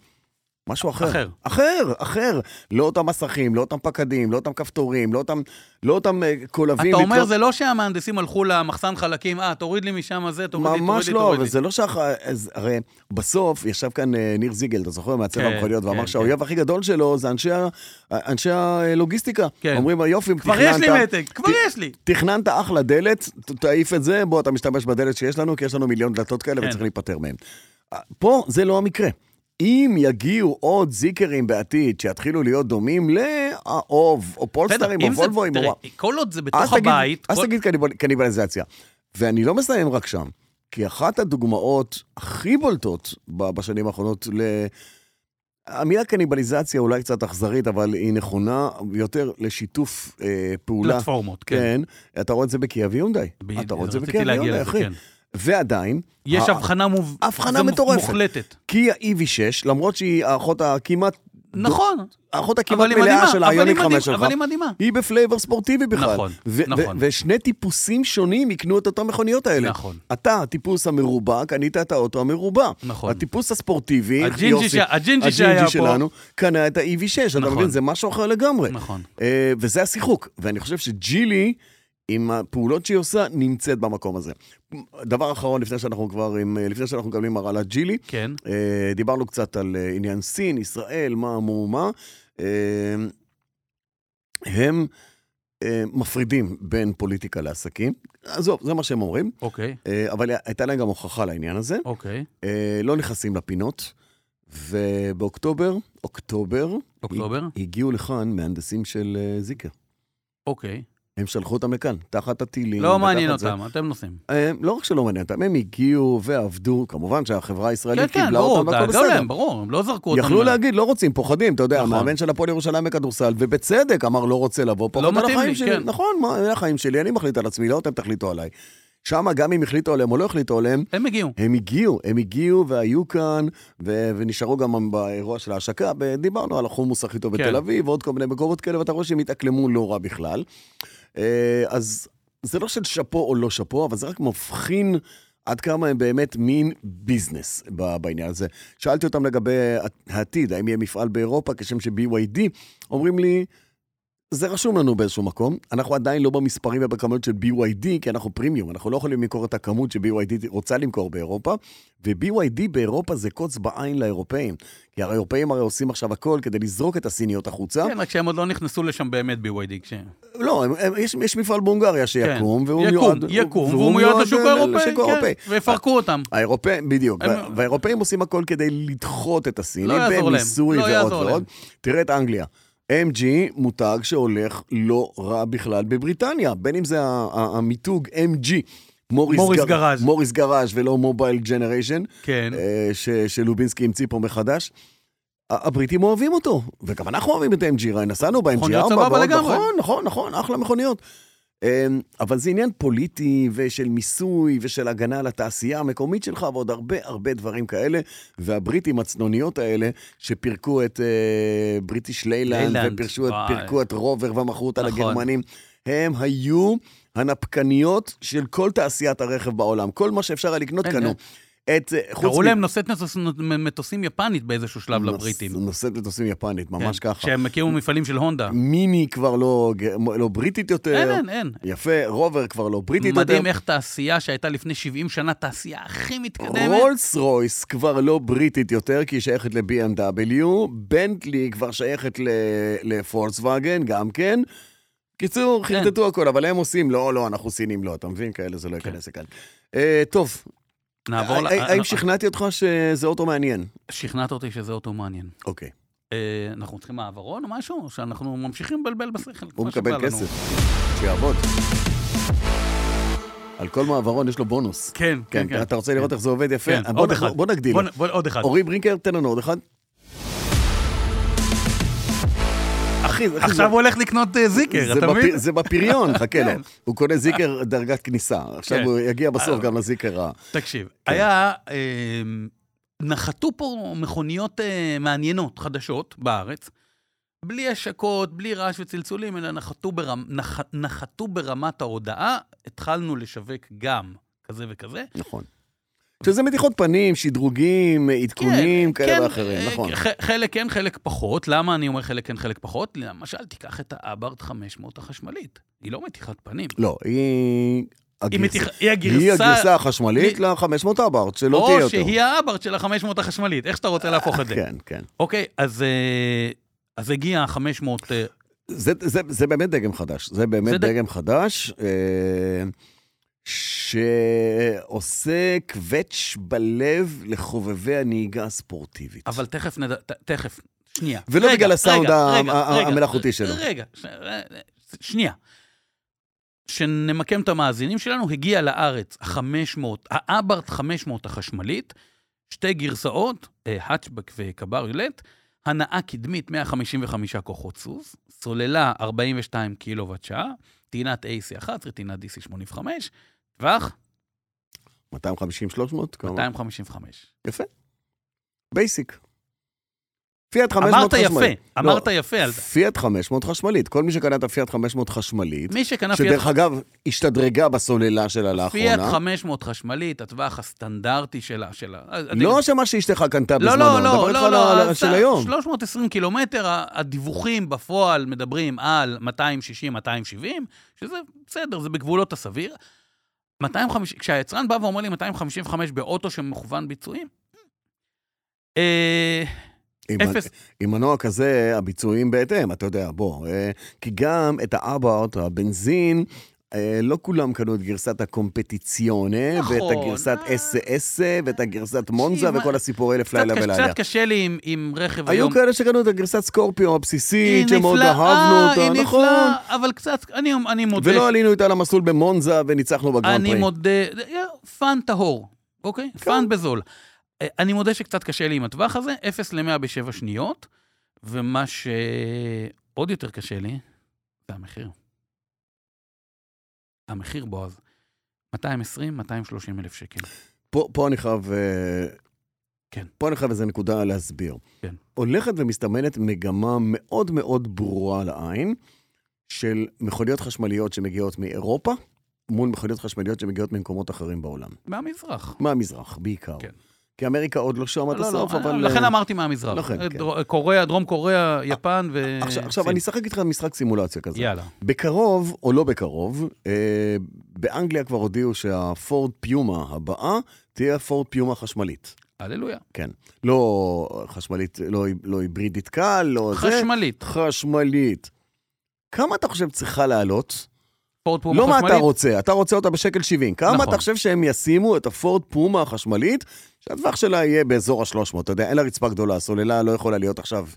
משהו אחר.
אחר.
אחר, אחר. לא אותם מסכים, לא אותם פקדים, לא אותם כפתורים, לא אותם, לא אותם אה, קולבים.
אתה אומר,
לתלות-
זה לא שהמהנדסים הלכו למחסן חלקים, אה, תוריד לי משם זה, תוריד לי, תוריד
ממש
לי,
לא,
תוריד
אבל
לי.
זה לא שאח... אז הרי בסוף ישב כאן אה, ניר זיגל, אתה זוכר, מעצב
כן,
המכוניות, ואמר
כן,
שהאויב הכי גדול שלו זה אנשי ה- אנשי הלוגיסטיקה.
כן.
אומרים, יופי,
כבר
תכננת...
יש לי מתק, כבר
ת-
יש לי.
תכננת אחלה דלת, ת- תעיף את זה, בוא, אתה משתמש בדלת שיש לנו, כי יש לנו מיליון דלתות כאלה
כן.
וצריך להיפטר מהן. אה, פה זה לא המקרה. אם יגיעו עוד זיקרים בעתיד שיתחילו להיות דומים לאהוב, או פולסטרים, או
אם זה-
וולבוים,
תראה,
או...
כל עוד זה
אז
בתוך
תגיד,
הבית,
אז
כל-
תגיד קניבל- קניבליזציה. ואני לא מסיים רק שם, כי אחת הדוגמאות הכי בולטות ב- בשנים האחרונות ל... המילה קניבליזציה אולי קצת אכזרית, אבל היא נכונה יותר לשיתוף אה, פעולה.
פלטפורמות, כן.
כן. אתה רואה את זה בקיה ויונדאי.
ב-
אתה רואה את זה
רציתי
בקיה
להגיע
ויונדאי,
לזה,
אחי.
כן.
ועדיין...
יש
ה-
הבחנה מוב-
אה, הבחנה
זה מ-
מטורפת.
מוחלטת.
קיה EV6, למרות שהיא האחות הכמעט...
נכון,
האחות הכמעט
אבל היא
מלאה
מדהימה,
של
אבל היא
האיוניק 5
מדהימה,
שלך.
אבל היא מדהימה.
היא בפלייבר ספורטיבי בכלל.
נכון,
ו-
נכון.
ו- ושני טיפוסים שונים יקנו את אותן מכוניות האלה.
נכון.
אתה, הטיפוס המרובע, קנית את האוטו המרובע.
נכון.
הטיפוס הספורטיבי,
הג'ינג'י
יוסי,
שה- הג'ינג'י שהיה פה.
שלנו, קנה את ה-EV6, אתה
נכון.
מבין? זה משהו אחר לגמרי.
נכון.
אה, וזה השיחוק. ואני חושב שג'ילי עם הפעולות שהיא עושה, נמצאת במקום הזה. דבר אחרון, לפני שאנחנו כבר, עם, אה, לפני שאנחנו מקבלים הרעלת ג'ילי,
כן.
אה, דיברנו קצת על אה, עניין סין, ישראל, מה המהומה. אה, הם אה, מפרידים בין פוליטיקה לעסקים. עזוב, זה מה שהם אומרים,
אוקיי,
אה, אבל הייתה להם גם הוכחה לעניין הזה.
אוקיי.
אה, לא נכנסים לפינות, ובאוקטובר, אוקטובר,
אוקטובר?
הגיעו לכאן מהנדסים של אה, זיקר.
אוקיי.
הם שלחו אותם לכאן, תחת הטילים.
לא
ותחת
מעניין
זה.
אותם, אתם נוסעים.
אה, לא רק שלא מעניין אותם, הם הגיעו ועבדו, כמובן שהחברה
כן,
הישראלית
כן,
קיבלה
ברור,
אותם והכל
דאגה
בסדר.
להם, ברור, הם לא זרקו אותם.
יכלו להגיד, לא רוצים, פוחדים, אתה יודע,
נכון.
המאמן של הפועל ירושלים בכדורסל, ובצדק אמר, לא רוצה לבוא, פחות על
מתאים
החיים
לי,
שלי.
כן.
נכון, מה, אלה החיים שלי, אני מחליט על עצמי, לא אתם תחליטו עליי. שם, גם אם החליטו עליהם או לא החליטו עליהם,
הם הגיעו.
הם הגיעו, הם הגיעו והיו כאן, ו- ונשארו גם באירוע של ההשקה, ודיברנו על החומוס הכי טוב
כן.
בתל אביב, ועוד כל מיני מקומות כאלה, ואתה רואה שהם התאקלמו לא רע בכלל. אה, אז זה לא של שאפו או לא שאפו, אבל זה רק מבחין עד כמה הם באמת מין ביזנס ב- בעניין הזה. שאלתי אותם לגבי העתיד, האם יהיה מפעל באירופה, כשם ש-BYD, אומרים לי, זה רשום לנו באיזשהו מקום, אנחנו עדיין לא במספרים ובכמויות של BYD, כי אנחנו פרימיום, אנחנו לא יכולים למכור את הכמות ש-BYD רוצה למכור באירופה, ו-BYD באירופה זה קוץ בעין לאירופאים, כי הרי האירופאים הרי עושים עכשיו הכל כדי לזרוק את הסיניות החוצה.
כן, רק שהם עוד לא נכנסו לשם באמת BYD. כש- כן.
לא, הם, הם, יש, יש מפעל בהונגריה שיקום, והוא
יקום,
מיועד...
יקום, והוא מיועד לשוק האירופאי,
לשוק האירופאי.
כן, ויפרקו אותם.
האירופאים, בדיוק,
הם-
וה- והאירופאים עושים הכל כדי לדחות את
לא
הסינים,
יעזור להם,
במיסוי
לא
ועוד
יעזור
ועוד.
להם.
תראה את אנגליה. MG מותג שהולך לא רע בכלל בבריטניה, בין אם זה ה- ה- המיתוג MG, מוריס,
מוריס גראז'.
מוריס גראז' ולא מובייל ג'נריישן,
כן.
אה, ש- שלובינסקי המציא פה מחדש. ה- הבריטים אוהבים אותו, וגם אנחנו אוהבים את ה-MG, ראי, נסענו ב-MG,
מכוניות
ארבע,
סבבה
ועוד-
לגמרי.
נכון, נכון, נכון, אחלה מכוניות. אמ, אבל זה עניין פוליטי ושל מיסוי ושל הגנה על התעשייה המקומית שלך ועוד הרבה הרבה דברים כאלה. והבריטים הצנוניות האלה, שפירקו את אה, בריטיש לילנד,
לילנד,
ופירקו את,
וואי.
פירקו את רובר ומכרו אותה
נכון.
לגרמנים, הם היו הנפקניות של כל תעשיית הרכב בעולם. כל מה שאפשר היה לקנות
כן,
קנו. את, אה, חוץ
קראו
מ-
להם נושאת מטוס- מטוסים יפנית באיזשהו שלב לבריטים.
נוס- נושאת מטוסים יפנית, ממש
כן,
ככה.
שהם הקימו מפעלים של הונדה.
מיני כבר לא ג- לא בריטית
אין,
יותר.
אין, אין.
יפה, רובר כבר לא בריטית יותר.
מדהים איך תעשייה שהייתה לפני 70 שנה, תעשייה הכי מתקדמת.
רולס רויס כבר לא בריטית יותר, כי היא שייכת ל-BMW, בנטלי כבר שייכת ל- לפולקסווגן, גם כן. קיצור,
כן.
חרטטו הכל, אבל הם עושים, לא, לא, אנחנו סינים לא, אתה מבין? כאלה זה לא ייכנס לכאן. אה, טוב,
נעבור כן. ל... אה, נכון.
הא- האם שכנעתי אותך שזה אוטו מעניין?
שכנעת אותי שזה אוטו מעניין.
אוקיי,
אה, אנחנו צריכים מעברון או משהו? או שאנחנו ממשיכים לבלבל בשכל?
הוא
כמו שבא
מקבל
לנו?
כסף, שיעבוד. על כל מעברון יש לו בונוס.
כן, כן, כן.
אתה אוקיי. רוצה לראות איך זה עובד יפה?
כן,
בוא
עוד
נ-
אחד.
בוא נגדיל.
בוא נ- בוא- עוד אחד.
אורי ברינקר, תן לנו עוד אחד. אחי, אחי, זה-
עכשיו הוא הולך לקנות אה, זיקר,
זה
אתה
בפ-
מבין?
זה
<laughs>
בפריון, חכה לו.
כן.
הוא קונה זיקר דרגת כניסה. עכשיו
כן.
הוא יגיע בסוף גם לזיקר ה...
תקשיב,
כן.
היה... אה, נחתו פה מכוניות אה, מעניינות, חדשות, בארץ. בלי השקות, בלי רעש וצלצולים, אלא נחתו, ברמ... נח... נחתו ברמת ההודעה, התחלנו לשווק גם כזה וכזה.
נכון. שזה מתיחות פנים, שדרוגים, עדכונים
כן,
כאלה
כן,
ואחרים,
אה,
נכון.
ח- חלק כן, חלק פחות. למה אני אומר חלק כן, חלק פחות? למשל, תיקח את האברט 500 החשמלית. היא לא מתיחת פנים.
לא, היא...
היא,
הגרסה-
מתיח... היא הגרסה...
היא הגרסה החשמלית ל-500 אברט, שלא תהיה
או
יותר.
שהיא האברט של ה-500 החשמלית, איך שאתה רוצה להפוך את זה.
כן, כן.
אוקיי, אז, אה, אז הגיע אה, ה-500...
זה, זה, זה באמת דגם חדש, זה באמת
זה
זה
ד-
דגם חדש, אה, שעושה קווץ' בלב לחובבי הנהיגה הספורטיבית.
אבל תכף נדע... ת- תכף, שנייה.
ולא
רגע,
בגלל הסאונד
רגע,
ה-
רגע,
ה-
רגע, אה,
המלאכותי שלו.
רגע, ש- אה, שנייה. שנמקם את המאזינים שלנו, הגיע לארץ ה-500, האברט 500 החשמלית, שתי גרסאות, אה, האצ'בק וקבריולט, הנעה קדמית 155 כוחות סוס, סוללה 42 קילוואט שעה, טעינת AC11, טעינת DC85, טווח
250-300? 200.
255.
יפה. בייסיק. פיאט 500
אמרת
חשמלית.
יפה,
לא,
אמרת יפה על זה.
פיאט 500 חשמלית. כל מי שקנה את הפיאט 500 חשמלית,
מי שקנה פיאט
שדרך אגב, השתדרגה בסוללה שלה
פיאט
לאחרונה.
500 חשמלית, הטווח הסטנדרטי שלה. שלה. אה,
לא שמה שאשתך קנתה
לא,
בזמנו,
לא,
אני מדבר
לא,
איתך
לא,
על
לא,
ה-
אז
של היום.
320 קילומטר, ה- הדיווחים בפועל מדברים על 260, 270, שזה בסדר, זה בגבולות הסביר. 250, כשהיצרן בא ואומר לי 255 באוטו שמכוון ביצועים, אה,
עם ה-
אפס,
עם מנוע כזה, הביצועים בהתאם, אתה יודע, בוא. אה, כי גם את האבאוט, הבנזין, אה, לא כולם קנו את גרסת הקומפטיציונה,
נכון,
ואת הגרסת
אה.
אס אס, ואת הגרסת מונזה,
תקשיב,
וכל הסיפור אלף
קצת
לילה
קש-
ולילה.
קצת קשה לי עם- עם רכב
היו
היום.
כאלה שקנו את הגרסת סקורפיו
היא
הבסיסית, שמאוד
נפלאה, אה,
אהבנו אותה,
היא
נכון.
נפלאה, אבל קצת, אני אני מודה.
ולא עלינו איתה למסלול במונזה וניצחנו בגרנד
אני
פרי.
מודה, פאן טהור, אוקיי?
כן.
פאן בזול. אה, אני מודה שקצת קשה לי עם הטווח הזה, 0 ל-100 בשבע שניות, ומה שעוד יותר קשה לי, זה המחיר. המחיר, בועז, 220, 230 אלף שקל.
פה, פה אני חייב... אה,
כן.
פה אני חייב איזה נקודה להסביר.
כן.
הולכת ומסתמנת מגמה מאוד מאוד ברורה לעין של מכוניות חשמליות שמגיעות מאירופה מול מכוניות חשמליות שמגיעות ממקומות אחרים בעולם.
מהמזרח.
מהמזרח בעיקר.
כן.
כי אמריקה עוד לא שם עד
לא, לא,
הסוף, אבל...
לא, לכן
אה,
אמרתי מהמזרח.
לכן, כן.
דר- קוריאה, דרום קוריאה, יפן ו...
עכשיו, עכשיו
סין.
אני אשחק איתך משחק סימולציה כזה.
אה, יאללה.
בקרוב, או לא בקרוב, אה, באנגליה כבר הודיעו שהפורד פיומה הבאה תהיה הפורד פיומה חשמלית.
הללויה.
לא חשמלית, לא, לא היברידית קל, לא זה.
חשמלית.
חשמלית. כמה אתה חושב צריכה לעלות?
פורד פומה
לא מה אתה
חשמלית.
רוצה, אתה רוצה אותה בשקל 70. כמה
נכון.
אתה חושב שהם ישימו את הפורד פומה החשמלית, שהטווח שלה יהיה באזור ה-300, אתה יודע, אין לה רצפה גדולה, הסוללה לא יכולה להיות עכשיו,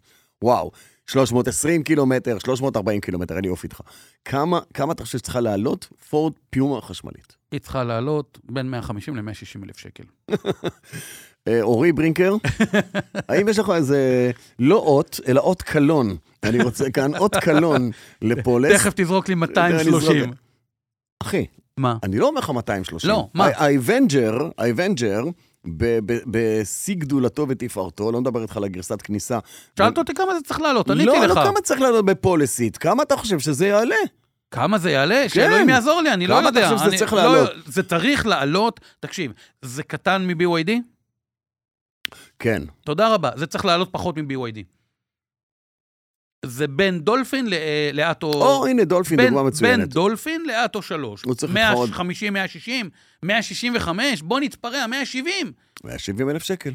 וואו, 320 קילומטר, 340 קילומטר, אין לי אוף איתך. כמה, כמה אתה חושב שצריכה לעלות פורד פיומה החשמלית?
היא צריכה לעלות בין 150 ל-160 אלף שקל.
אה, אורי
<laughs>
ברינקר, האם יש לך איזה, לא אות, אלא אות קלון, אני רוצה כאן אות קלון לפולס.
תכף תזרוק לי
אני
230.
אזרוק. אחי,
מה?
אני לא אומר לך 230.
לא, מה?
ה- האבנג'ר, האבנג'ר, ב- ב- בשיא גדולתו ותפארתו, לא מדבר איתך על הגרסת כניסה.
שאלת אותי כמה זה צריך לעלות, עניתי
לא,
לך.
לא כמה צריך לעלות בפוליסית, כמה אתה חושב שזה יעלה?
כמה זה יעלה? שאלוהים יעזור לי, אני לא
כן. כמה אתה
יודע.
חושב שזה
אני-
צריך
לא-
לעלות?
זה צריך לעלות, תקשיב, זה קטן מ-BYD?
כן.
תודה רבה, זה צריך לעלות פחות מ-BYD. זה בין דולפין ל- אה, לאטו...
או, הנה דולפין,
בין-
דוגמה
בין
מצוינת.
דולפין לאטו 3.
הוא צריך להתחרות.
150, 160, 165, בוא נתפרע, 170.
170 אלף שקל.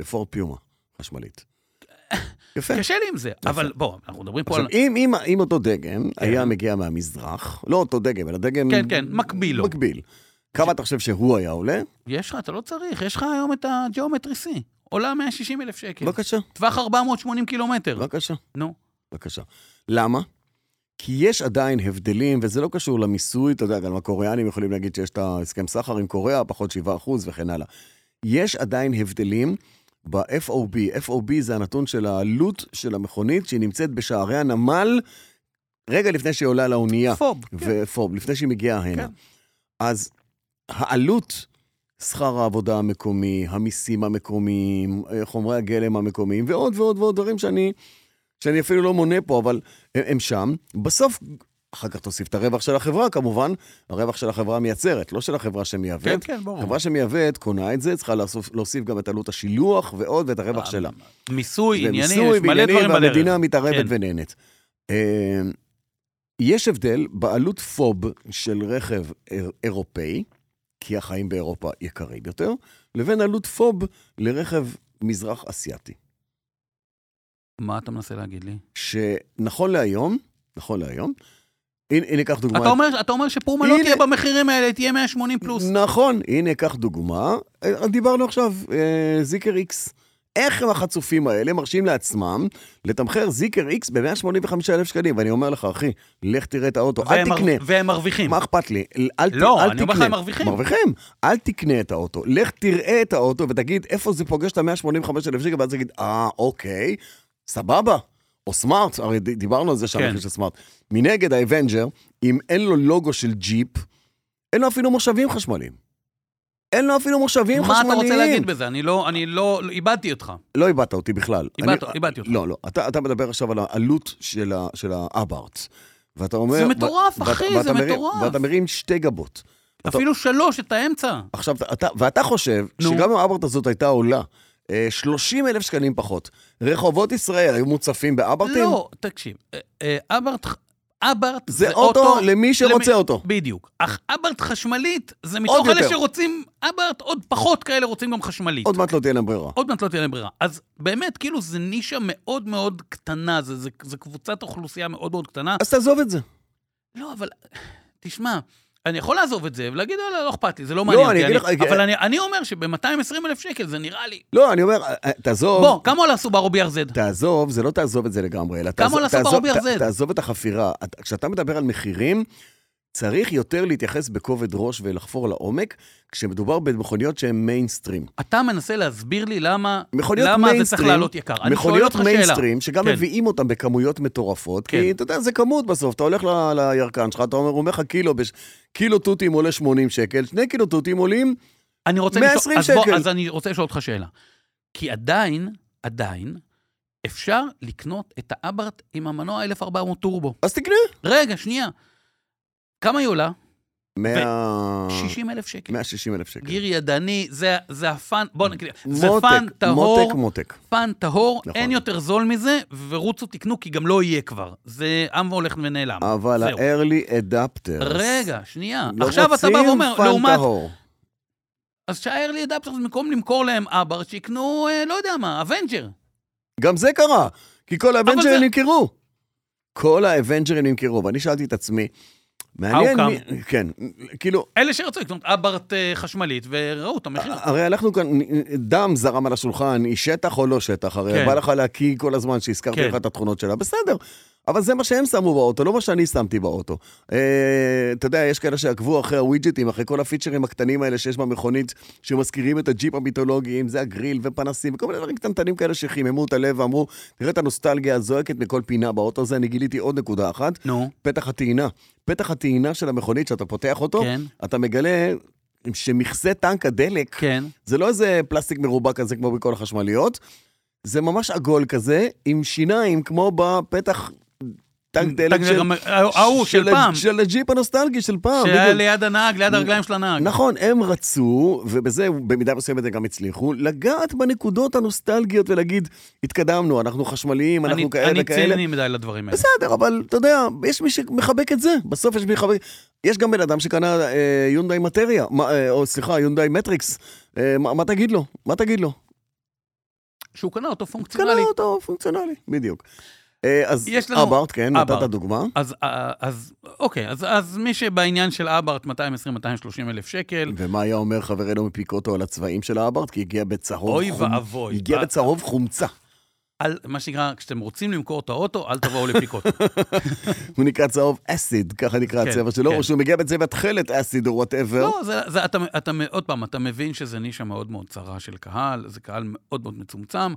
בפורד פיומה,
<laughs>
חשמלית. כן. יפה.
קשה לי עם זה, אבל בוא, אנחנו מדברים פה על...
עכשיו, אם, אם, אם אותו דגם היה מגיע מהמזרח, לא אותו דגם, אלא דגם...
כן, כן, מקביל לו.
מקביל. כמה אתה חושב שהוא היה עולה?
יש לך, אתה לא צריך, יש לך היום את הג'יאומטרי C. עולה 160 אלף שקל.
בבקשה,
טווח 480 קילומטר.
בבקשה.
נו.
בבקשה. למה? כי יש עדיין הבדלים, וזה לא קשור למיסוי, אתה יודע, גם הקוריאנים יכולים להגיד שיש את ההסכם סחר עם קוריאה, פחות 7% וכן הלאה. יש עדיין הבדלים ב-FOB. FOB זה הנתון של העלות של המכונית, שהיא נמצאת בשערי הנמל רגע לפני שהיא עולה לאונייה.
פוב. כן.
ופוב, לפני שהיא מגיעה הנה.
כן.
אז העלות, שכר העבודה המקומי, המיסים המקומיים, אה, חומרי הגלם המקומיים, ועוד ועוד ועוד דברים שאני, שאני אפילו לא מונה פה, אבל הם, הם שם. בסוף, אחר כך תוסיף את הרווח של החברה, כמובן, הרווח של החברה המייצרת, לא של החברה שמייבאת.
כן, כן, ברור.
חברה שמייבאת, קונה את זה, צריכה להוסיף, להוסיף גם את עלות השילוח ועוד, ואת
אה,
הרווח שלה.
מיסוי, ענייני,
ומיסוי
יש מלא
ועניינים,
דברים בדרך.
והמדינה מתערבת
כן.
ונהנית. אה, יש הבדל בעלות פוב של רכב איר- אירופאי, כי החיים באירופה יקרים יותר, לבין עלות פוב לרכב מזרח אסיאתי.
מה אתה מנסה להגיד לי?
שנכון להיום, נכון להיום, הנה, הנה קח דוגמא.
אתה אומר, אתה אומר שפומה לא
הנה-
תהיה במחירים האלה, תהיה 180 פלוס.
נכון, הנה קח דוגמה. אה, דיברנו עכשיו, אה, זיקר איקס. איך הם החצופים האלה מרשים לעצמם לתמחר זיקר איקס ב-185,000 שקלים? ואני אומר לך, אחי, לך תראה את האוטו, אל
והם מר-
תקנה.
והם מרוויחים.
מה אכפת לי? אל, אל, ת-
לא,
אל
אני אומר לך,
תקנה.
הם מרוויחים.
מרוויחים. אל תקנה את האוטו. לך תראה את האוטו ותגיד איפה זה פוגש את ה-185,000 שקל, ואז תגיד, אה, אוקיי, סבבה. או סמארט, הרי ד- דיברנו על זה שם,
כן.
כן. של סמארט. מנגד, האבנג'ר, אם אין לו לוגו של ג'יפ, אין לו אפילו מושבים חשמליים. אין לו אפילו מושבים
מה
חשמליים.
אתה רוצה להגיד בזה? אני לא, אני לא, לא- איבדתי אותך.
לא איבדת אותי בכלל.
איבדת-
אני-
איבדתי אותך.
לא, לא. אתה, אתה מדבר עכשיו על העלות של, ה, של האברט. ואתה אומר...
זה מטורף,
ו-
אחי,
ואתה
זה
מרים-
מטורף.
ואתה מרים שתי גבות. אתה-
אפילו שלוש, את האמצע.
עכשיו, אתה, ואתה חושב
נו.
שגם אם האברט הזאת הייתה עולה אה, 30 אלף שקלים פחות, רחובות ישראל היו מוצפים באברטים?
לא, תקשיב, אה, אה, אברט, אברט
זה אוטו למי שרוצה
למי-
אותו.
בדיוק. אך אברט חשמלית, זה מתוך אלה
יותר.
שרוצים אברט, עוד פחות כאלה רוצים גם חשמלית.
עוד מעט לא תהיה להם ברירה.
עוד מעט לא תהיה להם ברירה. אז באמת, כאילו, זה נישה מאוד מאוד קטנה, זה, זה, זה קבוצת אוכלוסייה מאוד מאוד קטנה.
אז תעזוב את זה.
לא, אבל... תשמע, אני יכול לעזוב את זה ולהגיד, לא, לא, לא אכפת לי, זה לא מעניין
אני
אותי.
אגיד
אני-
לך-
אבל אני- אני אומר שב-220 אלף שקל זה נראה לי...
לא, אני אומר, אה, אה, תעזוב.
בוא, כמה עולה סובארו BRZ?
תעזוב, זה לא תעזוב את זה לגמרי, אלא
כמה
תעזוב,
עולה סבארו
תעזוב,
BRZ?
ת- תעזוב את החפירה. את- כשאתה מדבר על מחירים, צריך יותר להתייחס בכובד ראש ולחפור לעומק, כשמדובר במכוניות שהן מיינסטרים.
אתה מנסה להסביר לי למה,
מכוניות
למה זה צריך
מיינסטרים-
לעלות יקר. אני שואל
מכוניות
אותך שאלה.
מיינסטרים, שגם
כן.
מביאים אותם בכמויות מטורפות,
כן.
כי אתה יודע, זה כמות בסוף, אתה הולך ל- לירקן שלך, אתה אומר, הוא אומר לך קילו, בש- קילו תותים עולה 80 שקל, שני קילו תותים עולים,
אני רוצה
120
לשאול, אז, בוא,
שקל.
אז אני רוצה לשאול אותך שאלה. כי עדיין, עדיין, אפשר לקנות את האברט עם המנוע 1400 טורבו.
אז תקנה.
רגע, שנייה. כמה היא עולה?
100...
60 אלף שקל.
160 אלף אה, שקל.
גיר ידני, זה, זה הפאן, בוא נגיד, זה
מותק,
פאן טהור,
מותק, מותק.
פאן טהור,
נכון.
אין יותר זול מזה, ורוצו תקנו, כי גם לא יהיה כבר. זה עם הולך ונעלם.
אבל
זהו.
ה-early adapters.
רגע, שנייה.
אה, לא
עכשיו אתה בא
רוצים
ואומר,
פן
לעומת...
טהור.
אז שהאר לי אדפטרס, במקום למכור להם אברט, שיקנו, אה, לא יודע מה, אבנג'ר.
גם זה קרה, כי כל האבנג'רים
זה-
נמכרו. כל האבנג'רים נמכרו, ואני שאלתי את עצמי, מעניין
How
מי... כן, כאילו,
אלה שרצו לקנות אברט אה, חשמלית, וראו את המחיר.
הרי אנחנו כאן, דם זרם על השולחן, היא שטח או לא שטח, הרי
כן.
בא לך להקיא כל הזמן שהזכרתי
כן.
לך את התכונות שלה, בסדר. אבל זה מה שהם שמו באוטו, לא מה שאני שמתי באוטו. אה, אתה יודע, יש כאלה שעקבו אחרי הווידג'טים, אחרי כל הפיצ'רים הקטנים האלה שיש במכונית, שמזכירים את הג'יפ המיתולוגי, אם זה הגריל ופנסים, וכל מיני דברים קטנטנים כאלה שחיממו את הלב ואמרו, תראה את הנוסטלגיה הזועקת מכל פינה באוטו הזה, אני גיליתי עוד נקודה אחת,
נו,
פתח הטעינה. פתח הטעינה של המכונית, שאתה פותח אותו,
כן.
אתה מגלה שמכסה טנק הדלק,
כן.
זה לא איזה פלסטיק מרובע כזה כמו בכל החשמליות, זה ממש עגול כזה, עם שיניים, כמו בפתח טנק דלק
טנק
של...
דלק, אה, ההוא, של
ה-
פעם.
של הג'יפ הנוסטלגי של פעם,
שהיה
בדיוק.
ליד הנהג, ליד הרגליים של הנהג.
נכון, הם רצו, ובזה במידה מסוימת הם גם הצליחו, לגעת בנקודות הנוסטלגיות ולהגיד, התקדמנו, אנחנו חשמליים, אנחנו
אני-
כאלה
אני
וכאלה.
ציני מדי לדברים האלה.
בסדר, אבל אתה יודע, יש מי שמחבק את זה. בסוף יש מי שמחבק... יש גם בן אדם שקנה אה, יונדאי מטריה, מה, אה, או סליחה, יונדאי מטריקס. אה, מה, מה תגיד לו? מה תגיד לו?
שהוא קנה אותו
קנה
פונקציונלי.
אותו פונקציונלי, בדיוק. אה, אז
יש לנו-
אברט, כן, נתת
אברט.
דוגמה.
אז, אה, אז אוקיי, אז, אז מי שבעניין של אברט 220-230 אלף שקל,
ומה היה אומר חברנו מפיקוטו על הצבעים של האברט? כי הגיע בצהוב
אוי
חום-
ואבוי.
הגיע
אה,
בצהוב חומצה.
אל, מה שנקרא, כשאתם רוצים למכור את האוטו, אל
<laughs>
תבואו לפיקות.
הוא נקרא צהוב אסיד, ככה נקרא
כן,
הצבע שלו,
כן.
או שהוא מגיע בצבע תכלת אסיד או וואטאבר.
לא, זה, זה, אתה, אתה, עוד פעם, אתה מבין שזה נישה מאוד מאוד צרה של קהל, זה קהל מאוד מאוד מצומצם.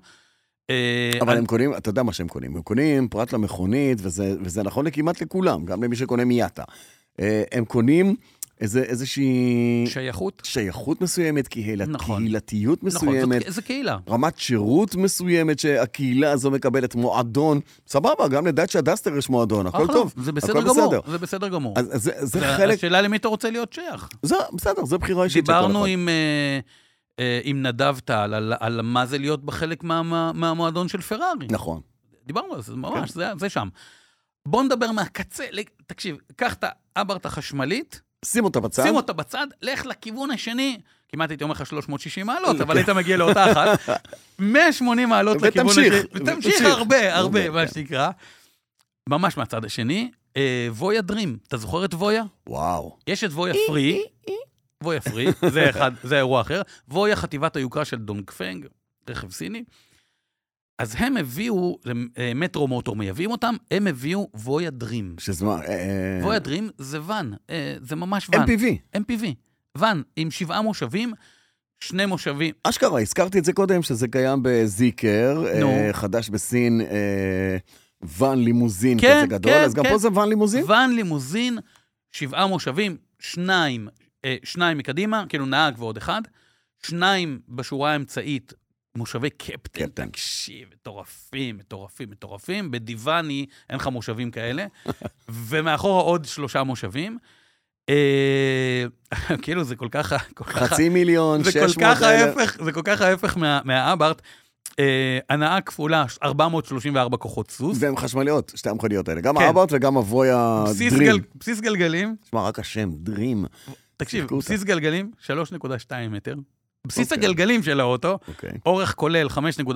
אה,
אבל
אני-
הם קונים, אתה יודע מה שהם קונים, הם קונים פרט למכונית, וזה, וזה נכון כמעט לכולם, גם למי שקונה מיאטה. אה, הם קונים איזה, איזושהי
שייכות?
שייכות מסוימת, קהילת,
נכון.
קהילתיות
נכון,
מסוימת,
זאת- זה קהילה.
רמת שירות מסוימת שהקהילה הזו מקבלת, מועדון. סבבה, גם לדאצ'ה דסטר יש מועדון, הכל
אחלה,
טוב.
זה בסדר
הכל
גמור,
בסדר.
זה בסדר גמור.
אז אז זה, זה
זה-
חלק,
השאלה למי אתה רוצה להיות שייך.
זה, בסדר, זו בחירה אישית של כל
דיברנו
אחד.
עם, אה, אה, עם נדב טל על, על מה זה להיות בחלק מה, מה, מהמועדון של פרארי.
נכון. כן.
דיברנו על זה, זה ממש, זה, זה שם. בוא נדבר מהקצה, ל- תקשיב, קח את האברט החשמלית,
שים אותה בצד.
שים אותה בצד, לך לכיוון השני, כמעט הייתי אומר לך 360
כן.
מעלות, אבל היית מגיע
<laughs>
לאותה אחת, 180 מעלות לכיוון השני.
ותמשיך,
תמשיך
ותמשיך.
הרבה, הרבה,
הרבה,
מה
כן.
שנקרא. ממש מהצד השני, אה, וויה דרים, אתה זוכר את וויה?
וואו.
יש את וויה פרי, וויה פרי,
<laughs>
זה אחד, זה אירוע אחר, וויה חטיבת היוקרה של דונגפנג, רכב סיני. אז הם הביאו, זה, אה, מטרו מוטור מייבאים אותם, הם הביאו וויה דרים.
שזה מה, אה,
וויה דרים זה ואן, אה, זה ממש ואן.
MPV.
MPV. ואן עם שבעה מושבים, שני מושבים.
אשכרה, הזכרתי את זה קודם, שזה קיים בזיקר,
נו.
אה, חדש בסין, אה, ואן לימוזין
כן,
כזה גדול,
כן,
אז גם
כן.
פה זה ואן לימוזין?
ואן לימוזין, שבעה מושבים, שניים אה, שניים מקדימה, כאילו נהג ועוד אחד, שניים בשורה האמצעית, מושבי קפטן,
קפטן.
תקשיב, מטורפים, מטורפים, מטורפים, בדיוואני אין לך
<laughs>
מושבים כאלה, ומאחורה עוד שלושה מושבים. אה, <laughs> כאילו זה כל כך, כל כך,
חצי מיליון,
זה כל
600
כך
אלף.
ההפך, זה כל כך ההפך מה- מהאברט. אה, הנאה כפולה, 434 כוחות סוס.
והן חשמליות, שתי המכוניות האלה. גם
כן.
האברט וגם אבוי
בסיס
הדרים.
גל- בסיס גלגלים,
תשמע, רק השם, דרים.
תקשיב,
שיחקו אותה.
בסיס גלגלים, 3.2 מטר. בסיס
אוקיי.
הגלגלים של האוטו,
אוקיי.
אורך כולל 5.3.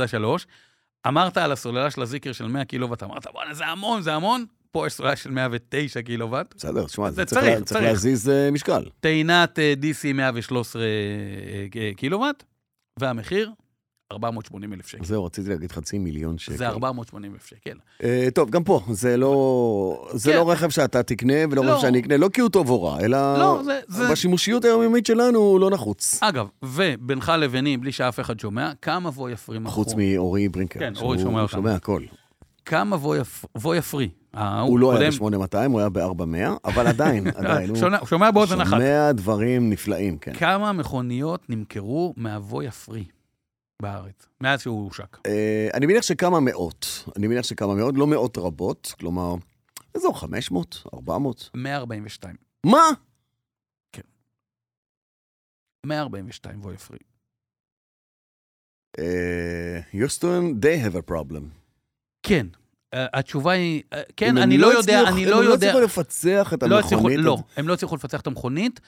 אמרת על הסוללה של הזיקר של 100 קילוואט, אמרת, בואנה, זה המון, זה המון. פה יש סוללה של 109 קילוואט.
בסדר, תשמע,
זה
זה צריך
צריך,
לה- צריך
צריך.
להזיז אה, משקל.
טעינת אה, DC 113 אה, אה, קילוואט, והמחיר, 480 אלף שקל.
זהו, רציתי להגיד חצי מיליון שקל.
זה 480 אלף שקל.
אה, טוב, גם פה, זה לא זה
כן.
לא רכב שאתה תקנה ולא
לא.
רכב שאני אקנה, לא כי הוא טוב או רע, אלא
לא, זה- זה...
בשימושיות היומיומית שלנו הוא לא נחוץ.
אגב, ובינך לביני, בלי שאף אחד שומע, כמה בוא יפרי מכרו.
חוץ מאורי ברינקר,
כן,
שהוא
אורי שומע אותנו.
שומע הכל.
כמה בוא, יפ... בוא יפרי. אה,
הוא לא היה ב-8200, הוא היה ב-400, אבל
<laughs>
עדיין, עדיין. הוא
שומע, אה, שומע באוזן אחת.
שומע דברים נפלאים, כן.
כמה מכוניות נמכרו מאבוי הפרי בארץ, מאז שהוא הושק?
אה, אני מניח שכמה מאות, אני מניח שכמה מאות, לא מאות רבות, כלומר, אזור 500, 400.
142.
מה?
142 בוי הפרי.
אה, Houston, they have a problem.
כן. אה, התשובה היא, אה, כן,
אם הם
אני לא יודע,
הצליחו-
אני
אם
לא
הם לא
יודע.
הצליחו לפצח את
לא הצליחו,
המכונית.
לא,
הזאת.
הם לא הצליחו לפצח את המכונית.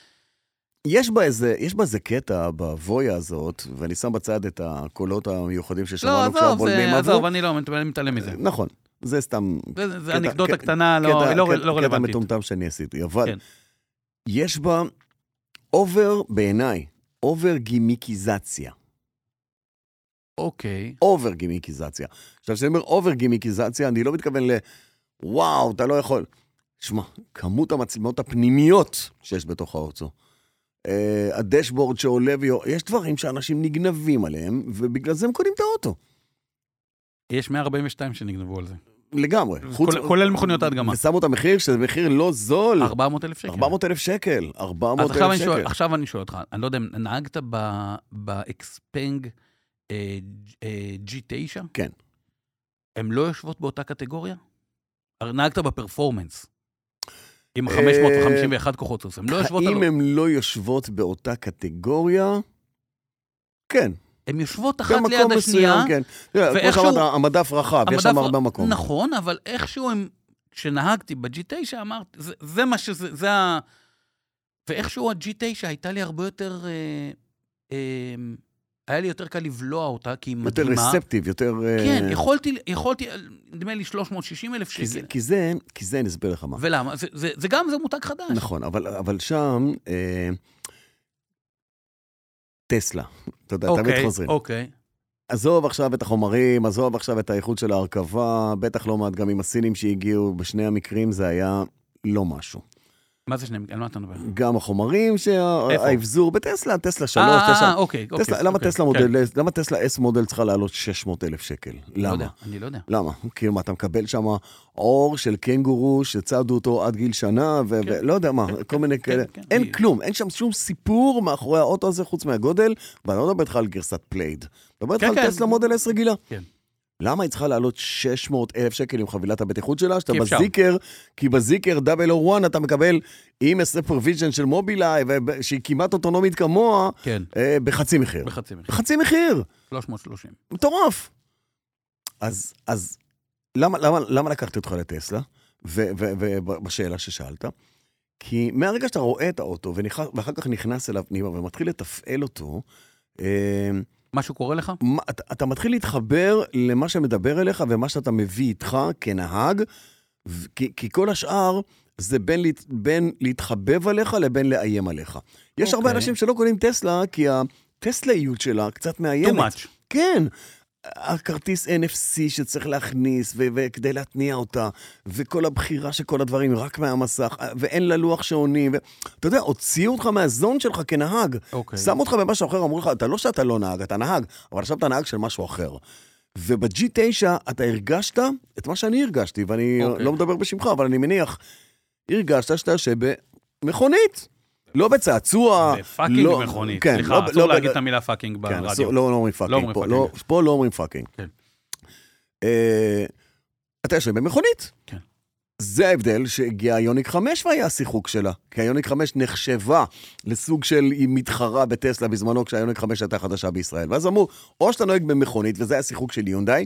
יש בה איזה, יש בה איזה קטע בבויה הזאת, ואני שם בצד את הקולות המיוחדים
לא,
ששמענו
עזוב, זה-
עברו.
עזוב, אני לא אני מתעלם מזה.
נכון, זה סתם
זה- זה
קטע-
אנקדוטה
קטע-
קטנה, לא-
קטע-
היא לא
קטע- קטע
לא רלוונטית.
מטומטם שאני עשיתי, אבל
כן.
יש בה אובר, בעיניי, אובר גימיקיזציה.
אוקיי.
אובר גימיקיזציה. עכשיו, כשאני אומר אובר גימיקיזציה, אני לא מתכוון ל... וואו, אתה לא יכול. שמע, כמות המצלמות הפנימיות שיש בתוך האוטו. אה, הדשבורד שעולה ויור... יש דברים שאנשים נגנבים עליהם, ובגלל זה הם קונים את האוטו.
יש 142 שנגנבו על זה.
לגמרי.
כולל- כולל מכוניות ההדגמה.
ושמו את המחיר, שזה מחיר לא זול.
400 אלף שקל.
400 אלף שקל. 400 אלף
אז
שקל.
עכשיו אני, שואל, עכשיו אני שואל אותך, אני לא יודע אם נהגת ב- באקספנג אה, אה, G9?
כן.
הן לא יושבות באותה קטגוריה? הרי נהגת בפרפורמנס, עם 551 כוחות סוס, הן לא יושבות,
אה, האם
על...
הן לא יושבות באותה קטגוריה? כן,
הן יושבות אחת
במקום
ליד השנייה,
מסוים, כן. תראה, כמו
ואיכשהו-
שאמרת, המדף רחב, יש שם
המדף-
הרבה מקום.
נכון, אבל איכשהו הם, כשנהגתי ב-G9 אמרתי, זה, זה מה שזה, זה ה... ואיכשהו ה-G9 הייתה לי הרבה יותר... אה, אה, היה לי יותר קל לבלוע אותה, כי היא
יותר
מדהימה.
רספטיב, יותר... אה,
כן, יכולתי, יכולתי, נדמה לי 360 אלף
כי זה-
שקל.
כי זה, כי זה, אני אסביר לך מה.
ולמה? זה, זה, זה גם, זה מותג חדש.
נכון, אבל, אבל שם, אה, טסלה, אתה יודע, תמיד
אוקיי,
חוזרים.
אוקיי.
עזוב עכשיו את החומרים, עזוב עכשיו את האיכות של ההרכבה, בטח לא מהדגמים הסינים שהגיעו, בשני המקרים זה היה לא משהו.
מה זה שניהם? על מה אתה מדבר?
גם החומרים,
איפה?
שה- האבזור בטסלה, טסלה 3,
אה,
טסלה...
אה, אוקיי, אוקיי.
טסלה, למה
אוקיי,
טסלה
כן.
מודל, למה טסלה S מודל צריכה לעלות 600 אלף שקל?
לא
למה?
יודע, אני לא יודע.
למה? כאילו מה, אתה מקבל שם עור של קנגורו שצדו אותו עד גיל שנה, ו-
כן.
ולא יודע
<laughs>
מה,
כן,
כל מיני
כן,
כאלה.
כן.
אין
היא-
כלום, אין שם שום סיפור מאחורי האוטו הזה חוץ מהגודל, ואני לא מדבר איתך על גרסת פלייד. מדבר איתך
כן,
על
כן.
טסלה מודל S רגילה.
כן.
למה היא צריכה לעלות 600 אלף שקל עם חבילת הבטיחות שלה? שאתה
כי אפשר.
בזיקר, כי בזיקר 001 אתה מקבל עם הסופרוויז'ן של מובילאיי, וב- שהיא כמעט אוטונומית כמוה,
כן,
אה, בחצי מחיר.
בחצי מחיר.
בחצי מחיר!
330.
מטורף. אז, אז למה, למה, למה לקחתי אותך לטסלה, ובשאלה ששאלת? כי מהרגע שאתה רואה את האוטו, ונכנס, ואחר כך נכנס אליו פנימה ומתחיל לתפעל אותו, אה,
משהו קורה לך?
מה- אתה, אתה מתחיל להתחבר למה שמדבר אליך ומה שאתה מביא איתך כנהג, ו- כי, כי כל השאר זה בין, להת- בין להתחבב עליך לבין לאיים עליך. יש okay. הרבה
אוקיי.
אנשים שלא קונים טסלה, כי הטסלאיות שלה קצת
too
מאיימת.
much.
כן. הכרטיס NFC שצריך להכניס, ו- וכדי להתניע אותה, וכל הבחירה של כל הדברים רק מהמסך, ואין לה לוח שעונים. ו- אתה יודע, הוציאו אותך מהזון שלך כנהג.
אוקיי.
שמו אותך במשהו אחר, אמרו לך, אתה לא שאתה לא נהג, אתה נהג, אבל עכשיו אתה נהג של משהו אחר. וב-G9 אתה הרגשת את מה שאני הרגשתי, ואני
אוקיי.
לא מדבר בשמך, אבל אני מניח, הרגשת שאתה יושב במכונית. לא בצעצוע.
בפאקינג
לא-
מכונית.
כן,
סליחה,
לא-
אסור
לא-
להגיד את המילה פאקינג
כן,
ברדיו.
אסור- לא לא אומרים
לא
פאקינג.
אומרים
פה,
פאקינג.
לא- פה לא אומרים פאקינג.
כן.
אה, אתה יושב במכונית.
כן.
זה ההבדל שהגיע היוניק 5 והיה השיחוק שלה. כי היוניק 5 נחשבה לסוג של היא מתחרה בטסלה בזמנו, כשהיוניק 5 הייתה חדשה בישראל. ואז אמרו, או שאתה נוהג במכונית, וזה היה שיחוק של יונדאי,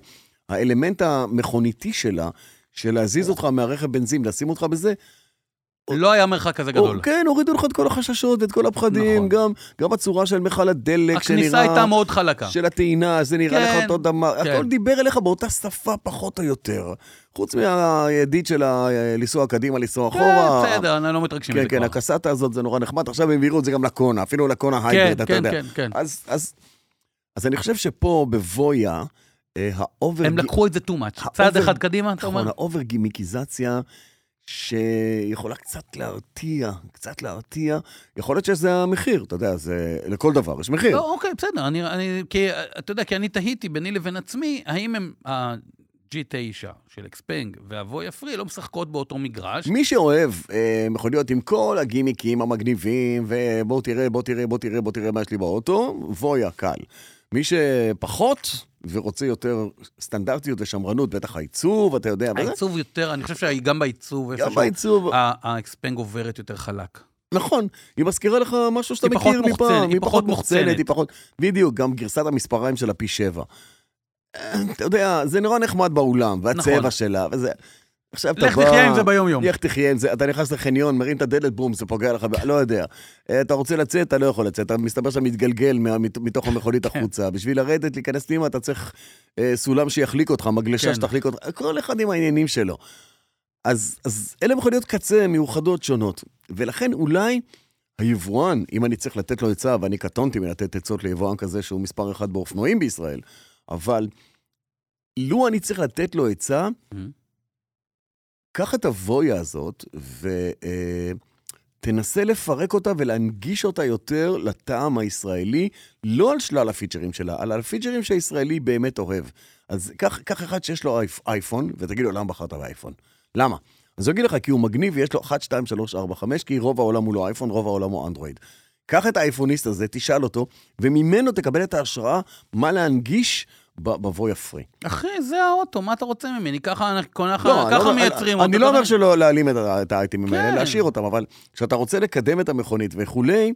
האלמנט המכוניתי שלה, של להזיז אותך מהרכב בנזין, לשים אותך בזה,
לא היה מרחק כזה גדול.
או, כן, הורידו לך את כל החששות ואת כל הפחדים,
נכון.
גם, גם הצורה של מכל הדלק,
הכניסה הייתה מאוד חלקה.
כן, של הטעינה, זה נראה
כן,
לך אותו דבר,
כן.
הכל דיבר אליך באותה שפה פחות או יותר. חוץ מהידיד של ה- לנסוע קדימה, לנסוע אחורה.
כן, בסדר, אני לא מתרגשים
כן,
מזה
כן,
כבר.
הקסטה הזאת זה נורא נחמד, עכשיו הם העבירו את זה גם לקונה, אפילו לקונה הייבריד, אתה
כן,
יודע.
כן, כן.
אז, אז, אז אני חושב שפה בבויה, אה, האובר...
הם לקחו את זה too much. צעד
האובר-
אחד קדימה, אתה אומר?
נכון, האובר גימיקיזציה שיכולה קצת להרתיע, קצת להרתיע. יכול להיות שזה המחיר, אתה יודע, זה... לכל דבר יש מחיר.
לא, אוקיי, בסדר. אני, אני, כי, אה, אתה יודע, כי אני תהיתי ביני לבין עצמי, האם הם, ה-G9 של אקספנג והבוי הפרי לא משחקות באותו מגרש?
מי שאוהב אה, מכוניות עם כל הגימיקים המגניבים, ובוא תראה, בוא תראה, בוא תראה, בוא תראה מה יש לי באוטו, בויה קל. מי שפחות ורוצה יותר סטנדרטיות ושמרנות, בטח העיצוב, אתה יודע, וזה,
העיצוב אה. יותר, אני חושב שגם בעיצוב,
גם
איפשהו,
בעיצוב,
ה- האקספנג עוברת יותר חלק.
נכון, היא מזכירה לך משהו שאתה
היא פחות
מכיר
מוחצנת,
מפעם,
היא פחות מוחצנת.
היא פחות, בדיוק, גם גרסת המספריים של הפי שבע. אה, אתה יודע, זה נורא נחמד באולם, והצבע
נכון.
שלה, וזה... עכשיו אתה בא...
לך תחיה עם זה ביום-יום.
לך תחיה עם זה, אתה נכנס לחניון, מרים את הדלת, בום, זה פוגע לך, ב- לא יודע. אה, אתה רוצה לצאת, אתה לא יכול לצאת, אתה מסתבר שאתה מתגלגל מה- מת- מתוך המכונית החוצה. בשביל לרדת, להיכנס פנימה, אתה צריך אה, סולם שיחליק אותך,
כן.
מגלשה שתחליק אותך, כל אחד עם העניינים שלו. אז, אז אלה מכוניות קצה מיוחדות שונות, ולכן אולי היבואן, אם אני צריך לתת לו עצה, ואני קטונתי מלתת עצות ליבואן כזה שהוא מספר אחת באופנועים בישראל, אבל לו אני צריך לתת לו עצה,
Mhm.
קח את הוויה הזאת ותנסה לפרק אותה ולהנגיש אותה יותר לטעם הישראלי, לא על שלל הפיצ'רים שלה, על הפיצ'רים שהישראלי באמת אוהב. אז קח, קח אחד שיש לו אייפ- אייפון, ותגיד לו, למה בחרת באייפון? למה? אז הוא יגיד לך, כי הוא מגניב, ויש לו 1, 2, 3, 4, 5, כי רוב העולם הוא לא אייפון, רוב העולם הוא אנדרואיד. קח את האייפוניסט הזה, תשאל אותו, וממנו תקבל את ההשראה מה להנגיש ב- בבוי הפרי.
אחי, זה האוטו, מה אתה רוצה ממני? ככה אנחנו- ככה-
לא, אני לא
ככה
אומר-
מייצרים
אני לא אומר
ככה-
שלא להעלים את ה- את האייטמים האלה,
כן.
להשאיר אותם, אבל כשאתה רוצה לקדם את המכונית וכולי,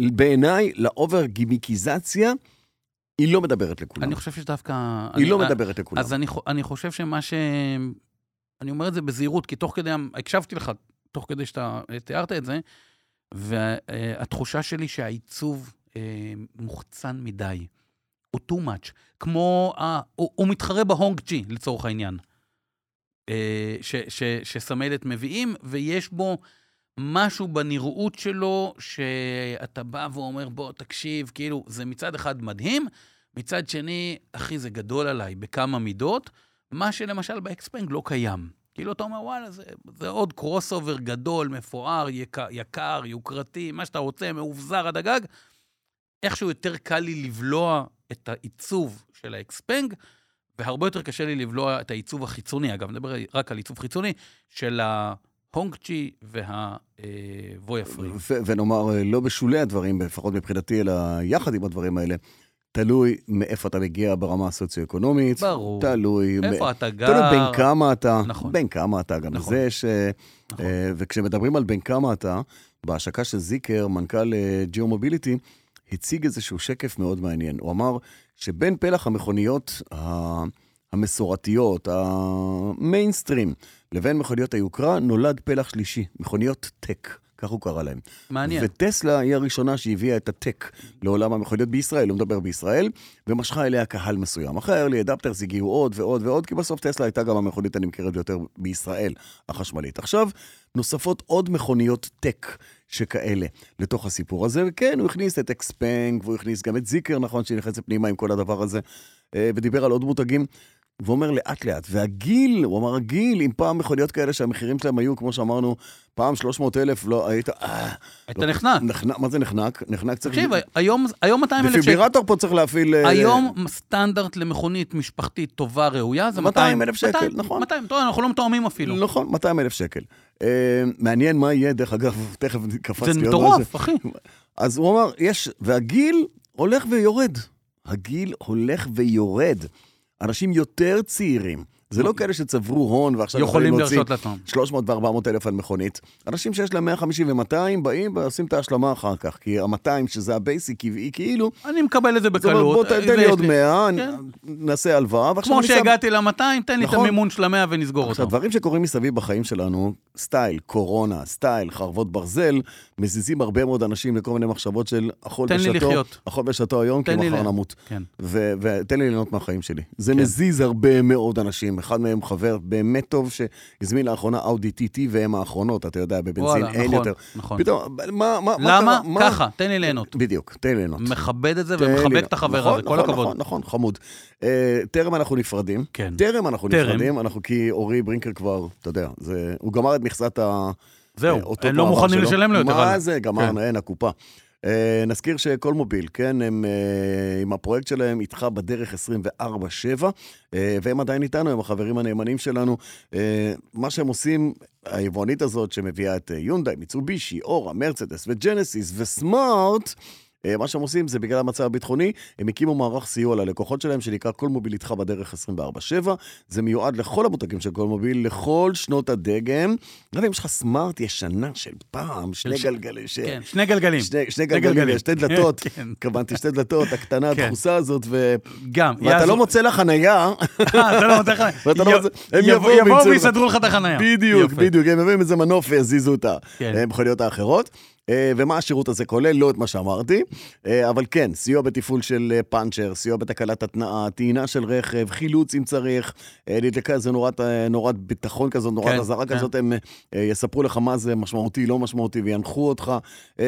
בעיניי, לאובר גימיקיזציה, היא לא מדברת לכולם.
אני חושב שדווקא...
היא
אני-
לא
אה,
מדברת לכולם.
אז אני, חו- אני חושב שמה ש... אני אומר את זה בזהירות, כי תוך כדי, המ- הקשבתי לך, תוך כדי שאתה אה, תיארת את זה, והתחושה שלי שהעיצוב אה, מוחצן מדי. הוא too much. כמו, ה, הוא, הוא מתחרה בהונג ג'י, לצורך העניין, אה, ש, ש, שסמלת מביאים, ויש בו משהו בנראות שלו, שאתה בא ואומר, בוא, תקשיב, כאילו, זה מצד אחד מדהים, מצד שני, אחי, זה גדול עליי בכמה מידות, מה שלמשל באקספנג לא קיים. כאילו, אתה אומר, וואלה, זה, זה עוד קרוס אובר גדול, מפואר, יקר, יקר, יוקרתי, מה שאתה רוצה, מאובזר עד הגג. איכשהו יותר קל לי לבלוע את העיצוב של האקספנג, והרבה יותר קשה לי לבלוע את העיצוב החיצוני, אגב, נדבר רק על עיצוב חיצוני, של ההונגצ'י אה, והוויה פרי.
ו- ונאמר, אה, לא בשולי הדברים, לפחות מבחינתי, אלא יחד עם הדברים האלה, תלוי מאיפה אתה מגיע ברמה הסוציו-אקונומית.
ברור.
תלוי...
איפה אתה גר?
תלוי בין כמה אתה,
נכון.
בין כמה אתה, גם
נכון.
לזה יש... אה,
נכון.
אה, וכשמדברים על בין כמה אתה, בהשקה של זיקר, מנכ"ל ג'יו מוביליטי, הציג איזשהו שקף מאוד מעניין. הוא אמר שבין פלח המכוניות ה- המסורתיות, המיינסטרים, לבין מכוניות היוקרה, נולד פלח שלישי, מכוניות טק, כך הוא קרא להם.
מעניין.
וטסלה היא הראשונה שהביאה את הטק לעולם המכוניות בישראל, הוא מדבר בישראל, ומשכה אליה קהל מסוים. אחרי ה-early adapters הגיעו עוד ועוד ועוד, כי בסוף טסלה הייתה גם המכונית הנמכרת ביותר בישראל, החשמלית. עכשיו, נוספות עוד מכוניות טק שכאלה לתוך הסיפור הזה, וכן, הוא הכניס את אקספנג, והוא הכניס גם את זיקר, נכון, שהיא נכנסת פנימה עם כל הדבר הזה, אה, ודיבר על עוד מותגים. והוא אומר לאט-לאט, והגיל, הוא אמר, הגיל, אם פעם מכוניות כאלה שהמחירים שלהם היו, כמו שאמרנו, פעם 300 אלף, לא, היית... אה,
אתה
לא-
נחנק.
נחנק, מה זה נחנק? נחנק צריך...
תקשיב, היום, היום 200 אלף שקל.
דפיברטור פה צריך להפעיל... אה,
היום סטנדרט למכונית משפחתית טובה, ראויה, זה
200,000
200
שקל, נכון.
200, טוב, אנחנו לא מתואמים אפילו.
נכון, 200 אלף שקל. אה, מעניין מה יהיה, דרך אגב, <laughs> תכף קפצתי.
זה
עוד משהו.
מטורף, אחי.
אז הוא אמר, יש, והגיל הולך ויורד. הגיל הולך ויורד. אנשים יותר צעירים. זה לא כאלה שצברו הון ועכשיו
אוקיי. יכולים
להוציא
להרשות לעצמם.
300 ו-400 אלף על מכונית. אנשים שיש להם 150 ו-200 באים ועושים את ההשלמה אחר כך, כי ה-200, שזה הבייסי קבעי כאילו,
אני מקבל את זה
זאת אומרת, בוא
בקלות.
ת- תן לי
ויש
עוד 100, אני-
כן.
נעשה הלוואה, ועכשיו
כמו
אני שם-
שהגעתי ל-200, תן לי את
נכון.
המימון של ה-100 ונסגור
עכשיו,
אותו.
דברים שקורים מסביב בחיים שלנו, סטייל, קורונה, סטייל, חרבות ברזל, מזיזים הרבה מאוד אנשים לכל מיני מחשבות של אכול
תן לי
ושתו,
לחיות.
אכול ושתו היום, כי
תן לי
מחר
לה-
נמות.
כן.
ו- ותן לי ליהנות מהחיים שלי. זה מזיז הרבה מאוד אנשים. אחד מהם חבר באמת טוב שהזמין לאחרונה אאודי TT והם האחרונות, אתה יודע, בבנזין
וואלה,
אין
נכון,
יותר.
נכון.
פתאום, מה, מה, מה
למה?
קרה? מה-
ככה, תן לי ליהנות.
בדיוק, תן לי ליהנות.
מכבד את זה
תן לי
ומחבק
ליהנות.
את החבר
נכון,
הזה, כל
נכון,
הכבוד.
נכון, נכון, חמוד. אה, טרם אנחנו נפרדים.
כן.
טרם אנחנו
טרם.
נפרדים, אנחנו כי אורי ברינקר כבר, אתה יודע, זה, הוא גמר את מכסת ה...
זהו,
אה, אותו
הם לא
מעבר
מוכנים
שלו.
לשלם לו יותר.
מה
הלאה.
זה, גמרנו, אין, הקופה. אה, נזכיר שכל מוביל, כן, הם אה, עם הפרויקט שלהם איתך בדרך 24-7, אה, והם עדיין איתנו, הם החברים הנאמנים שלנו. אה, מה שהם עושים, היבואנית הזאת שמביאה את אה, יונדאי, מיצובישי, אורה, מרצדס וג'נסיס וסמארט, אה, מה שהם עושים זה בגלל המצב הביטחוני, הם הקימו מערך סיוע ללקוחות שלהם שנקרא כל מוביל איתך בדרך 24-7. זה מיועד לכל המותגים של כל מוביל, לכל שנות הדגם. גם אם יש לך סמארט ישנה של פעם, שני
ש-
גלגלים, ש-
כן, שני גלגלים.
שני- שני גלגלים,
<laughs>
שתי דלתות,
כן,
התכוונתי שתי דלתות, הקטנה,
כן.
הדחוסה הזאת, ו-
גם.
ואתה לא
יעזור-
מוצא לה
<laughs>
חניה,
אה, אתה לא מוצא לך.
ואתה לא
יב-
מוצא- הם
יב-
יבואו וימצאו
יבואו
לך.
ויסדרו לך את החניה.
בדיוק,
יפה.
בדיוק, הם מביאים איזה מנוף ויזיזו אותה,
כן.
אה, מכוניות האחרות. אה, ומה השירות הזה כולל? לא את מה שאמרתי, אה, אבל כן, סיוע בתפעול של אה, פאנצ'ר, סיוע בתקלת התנעה, טעינה של רכב, חילוץ אם צריך, אה, נדלקה איזה נורת, אה, נורת ביטחון כזאת, נורת
כן,
אזהרה
כן.
כזאת, הם אה, אה, יספרו לך מה זה משמעותי, לא משמעותי, וינחו אותך. אה,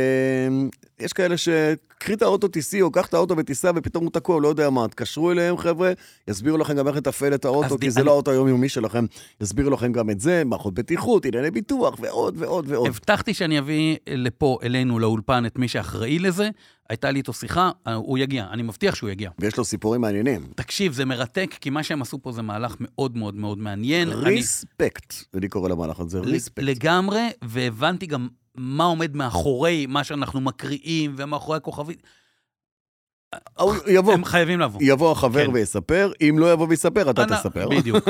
יש כאלה שקחי את האוטו, תיסעי, או קח את האוטו ותיסע, ופתאום הוא תקוע, לא יודע מה. תקשרו אליהם, חבר'ה, יסבירו לכם גם איך לתפעל את האוטו,
אז
כי
די-
זה לא
אני-
האוטו היומיומי שלכם. יסבירו לכם גם את זה, מערכות בטיחות, ענייני ביטוח, ועוד ועוד ועוד.
הבטחתי שאני אביא לפה, אלינו, לאולפן, את מי שאחראי לזה. הייתה לי איתו שיחה, אה, הוא יגיע, אני מבטיח שהוא יגיע.
ויש לו סיפורים מעניינים.
תקשיב, זה מרתק, כי מה שהם עשו פה זה מהלך מאוד מאוד מאוד מעניין. כן, אני-
ריספקט, אני קורא למהלך הזה, ריספקט.
לגמרי, והבנתי גם מה עומד מאחורי מה שאנחנו מקריאים ומאחורי הכוכבית.
אה, הוא יבוא,
הם חייבים לבוא.
יבוא החבר
כן.
ויספר, אם לא יבוא ויספר, אתה
אנא-
תספר. <laughs>
בדיוק.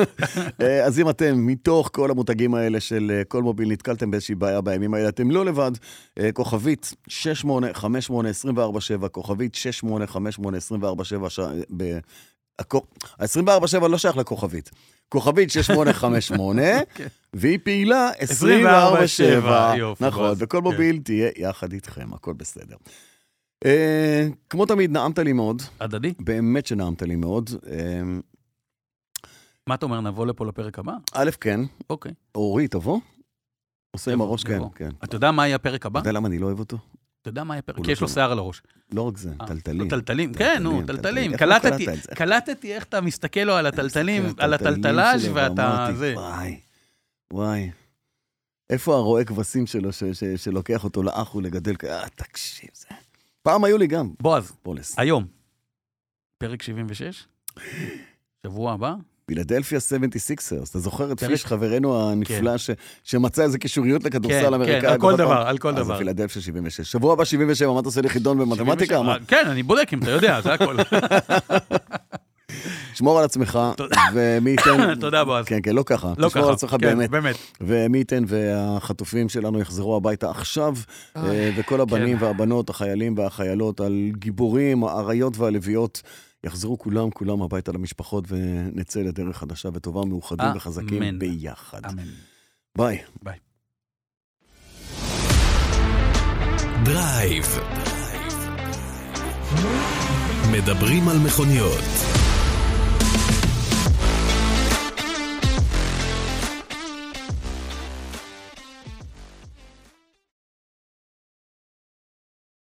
אה, אז אם אתם, מתוך כל המותגים האלה של אה, כל מוביל, נתקלתם באיזושהי בעיה בימים האלה, אתם לא לבד. אה, כוכבית 6858247, כוכבית 6858247, ש- ב- הכו- ה-24/7 לא שייך לכוכבית. כוכבית
<laughs>
6858,
כן.
והיא פעילה
24/7.
24/7.
יופי,
נכון,
בועז.
וכל
כן.
מוביל תהיה יחד איתכם, הכל בסדר. אה, כמו תמיד, נעמת לי מאוד,
הדדי,
באמת שנעמת לי מאוד. אה,
מה אתה אומר, נבוא לפה לפרק הבא?
א', כן,
אוקיי.
אורי, תבוא. עושה עם
יבוא,
הראש, כן,
יבוא.
כן.
אתה יודע מה יהיה הפרק
<laughs>
הבא?
אתה יודע למה אני לא אוהב אותו?
אתה יודע מה יהיה הפרק?
הוא
כי
לא
יש לו
שומע.
שיער על הראש.
לא רק זה,
אה,
טלטלים.
לא, טלטלים, כן, נו, טלטלים.
איך לא קלטת
קלטתי,
את זה?
קלטתי איך אתה מסתכל לו על הטלטלים,
מסתכל
על הטלטלאז'
שלו,
ואתה...
ואמרתי,
זה.
וואי, וואי. איפה הרועה כבשים שלו, ש- ש- שלוקח אותו לאח ולגדל? כ- אה, תקשיב, זה... פעם היו לי גם,
בועז,
פולס.
היום, פרק 76, שבוע הבא,
פילדלפיה 76ers, אתה זוכר את
פרק-
פיש, חברנו הנפלא, ש- שמצא איזה קישוריות
כן,
לכדורסל
כן,
אמריקאי?
על כל
בבת-
דבר, על כל
אז
דבר.
פילדלפיה 76. שבוע הבא 77, מה אתה עושה לי חידון במתמטיקה?
77,
מה?
כן, אני בודק אם אתה יודע, זה
<laughs>
הכל. <laughs> אה.
שמור על עצמך, ומי
<laughs>
ייתן...
תודה, בועז.
כן, כן, לא ככה.
לא
תשמור על
ככה.
עצמך
כן,
באמת.
באמת.
ומי ייתן והחטופים שלנו יחזרו הביתה עכשיו, אה, וכל
כן.
הבנים והבנות, החיילים והחיילות, הגיבורים, האריות והלוויות, יחזרו כולם, כולם הביתה למשפחות, ונצא לדרך חדשה וטובה, מאוחדים
אמן.
וחזקים ביחד.
אמן.
ביי.
ביי.
דרייב. מדברים על מכוניות.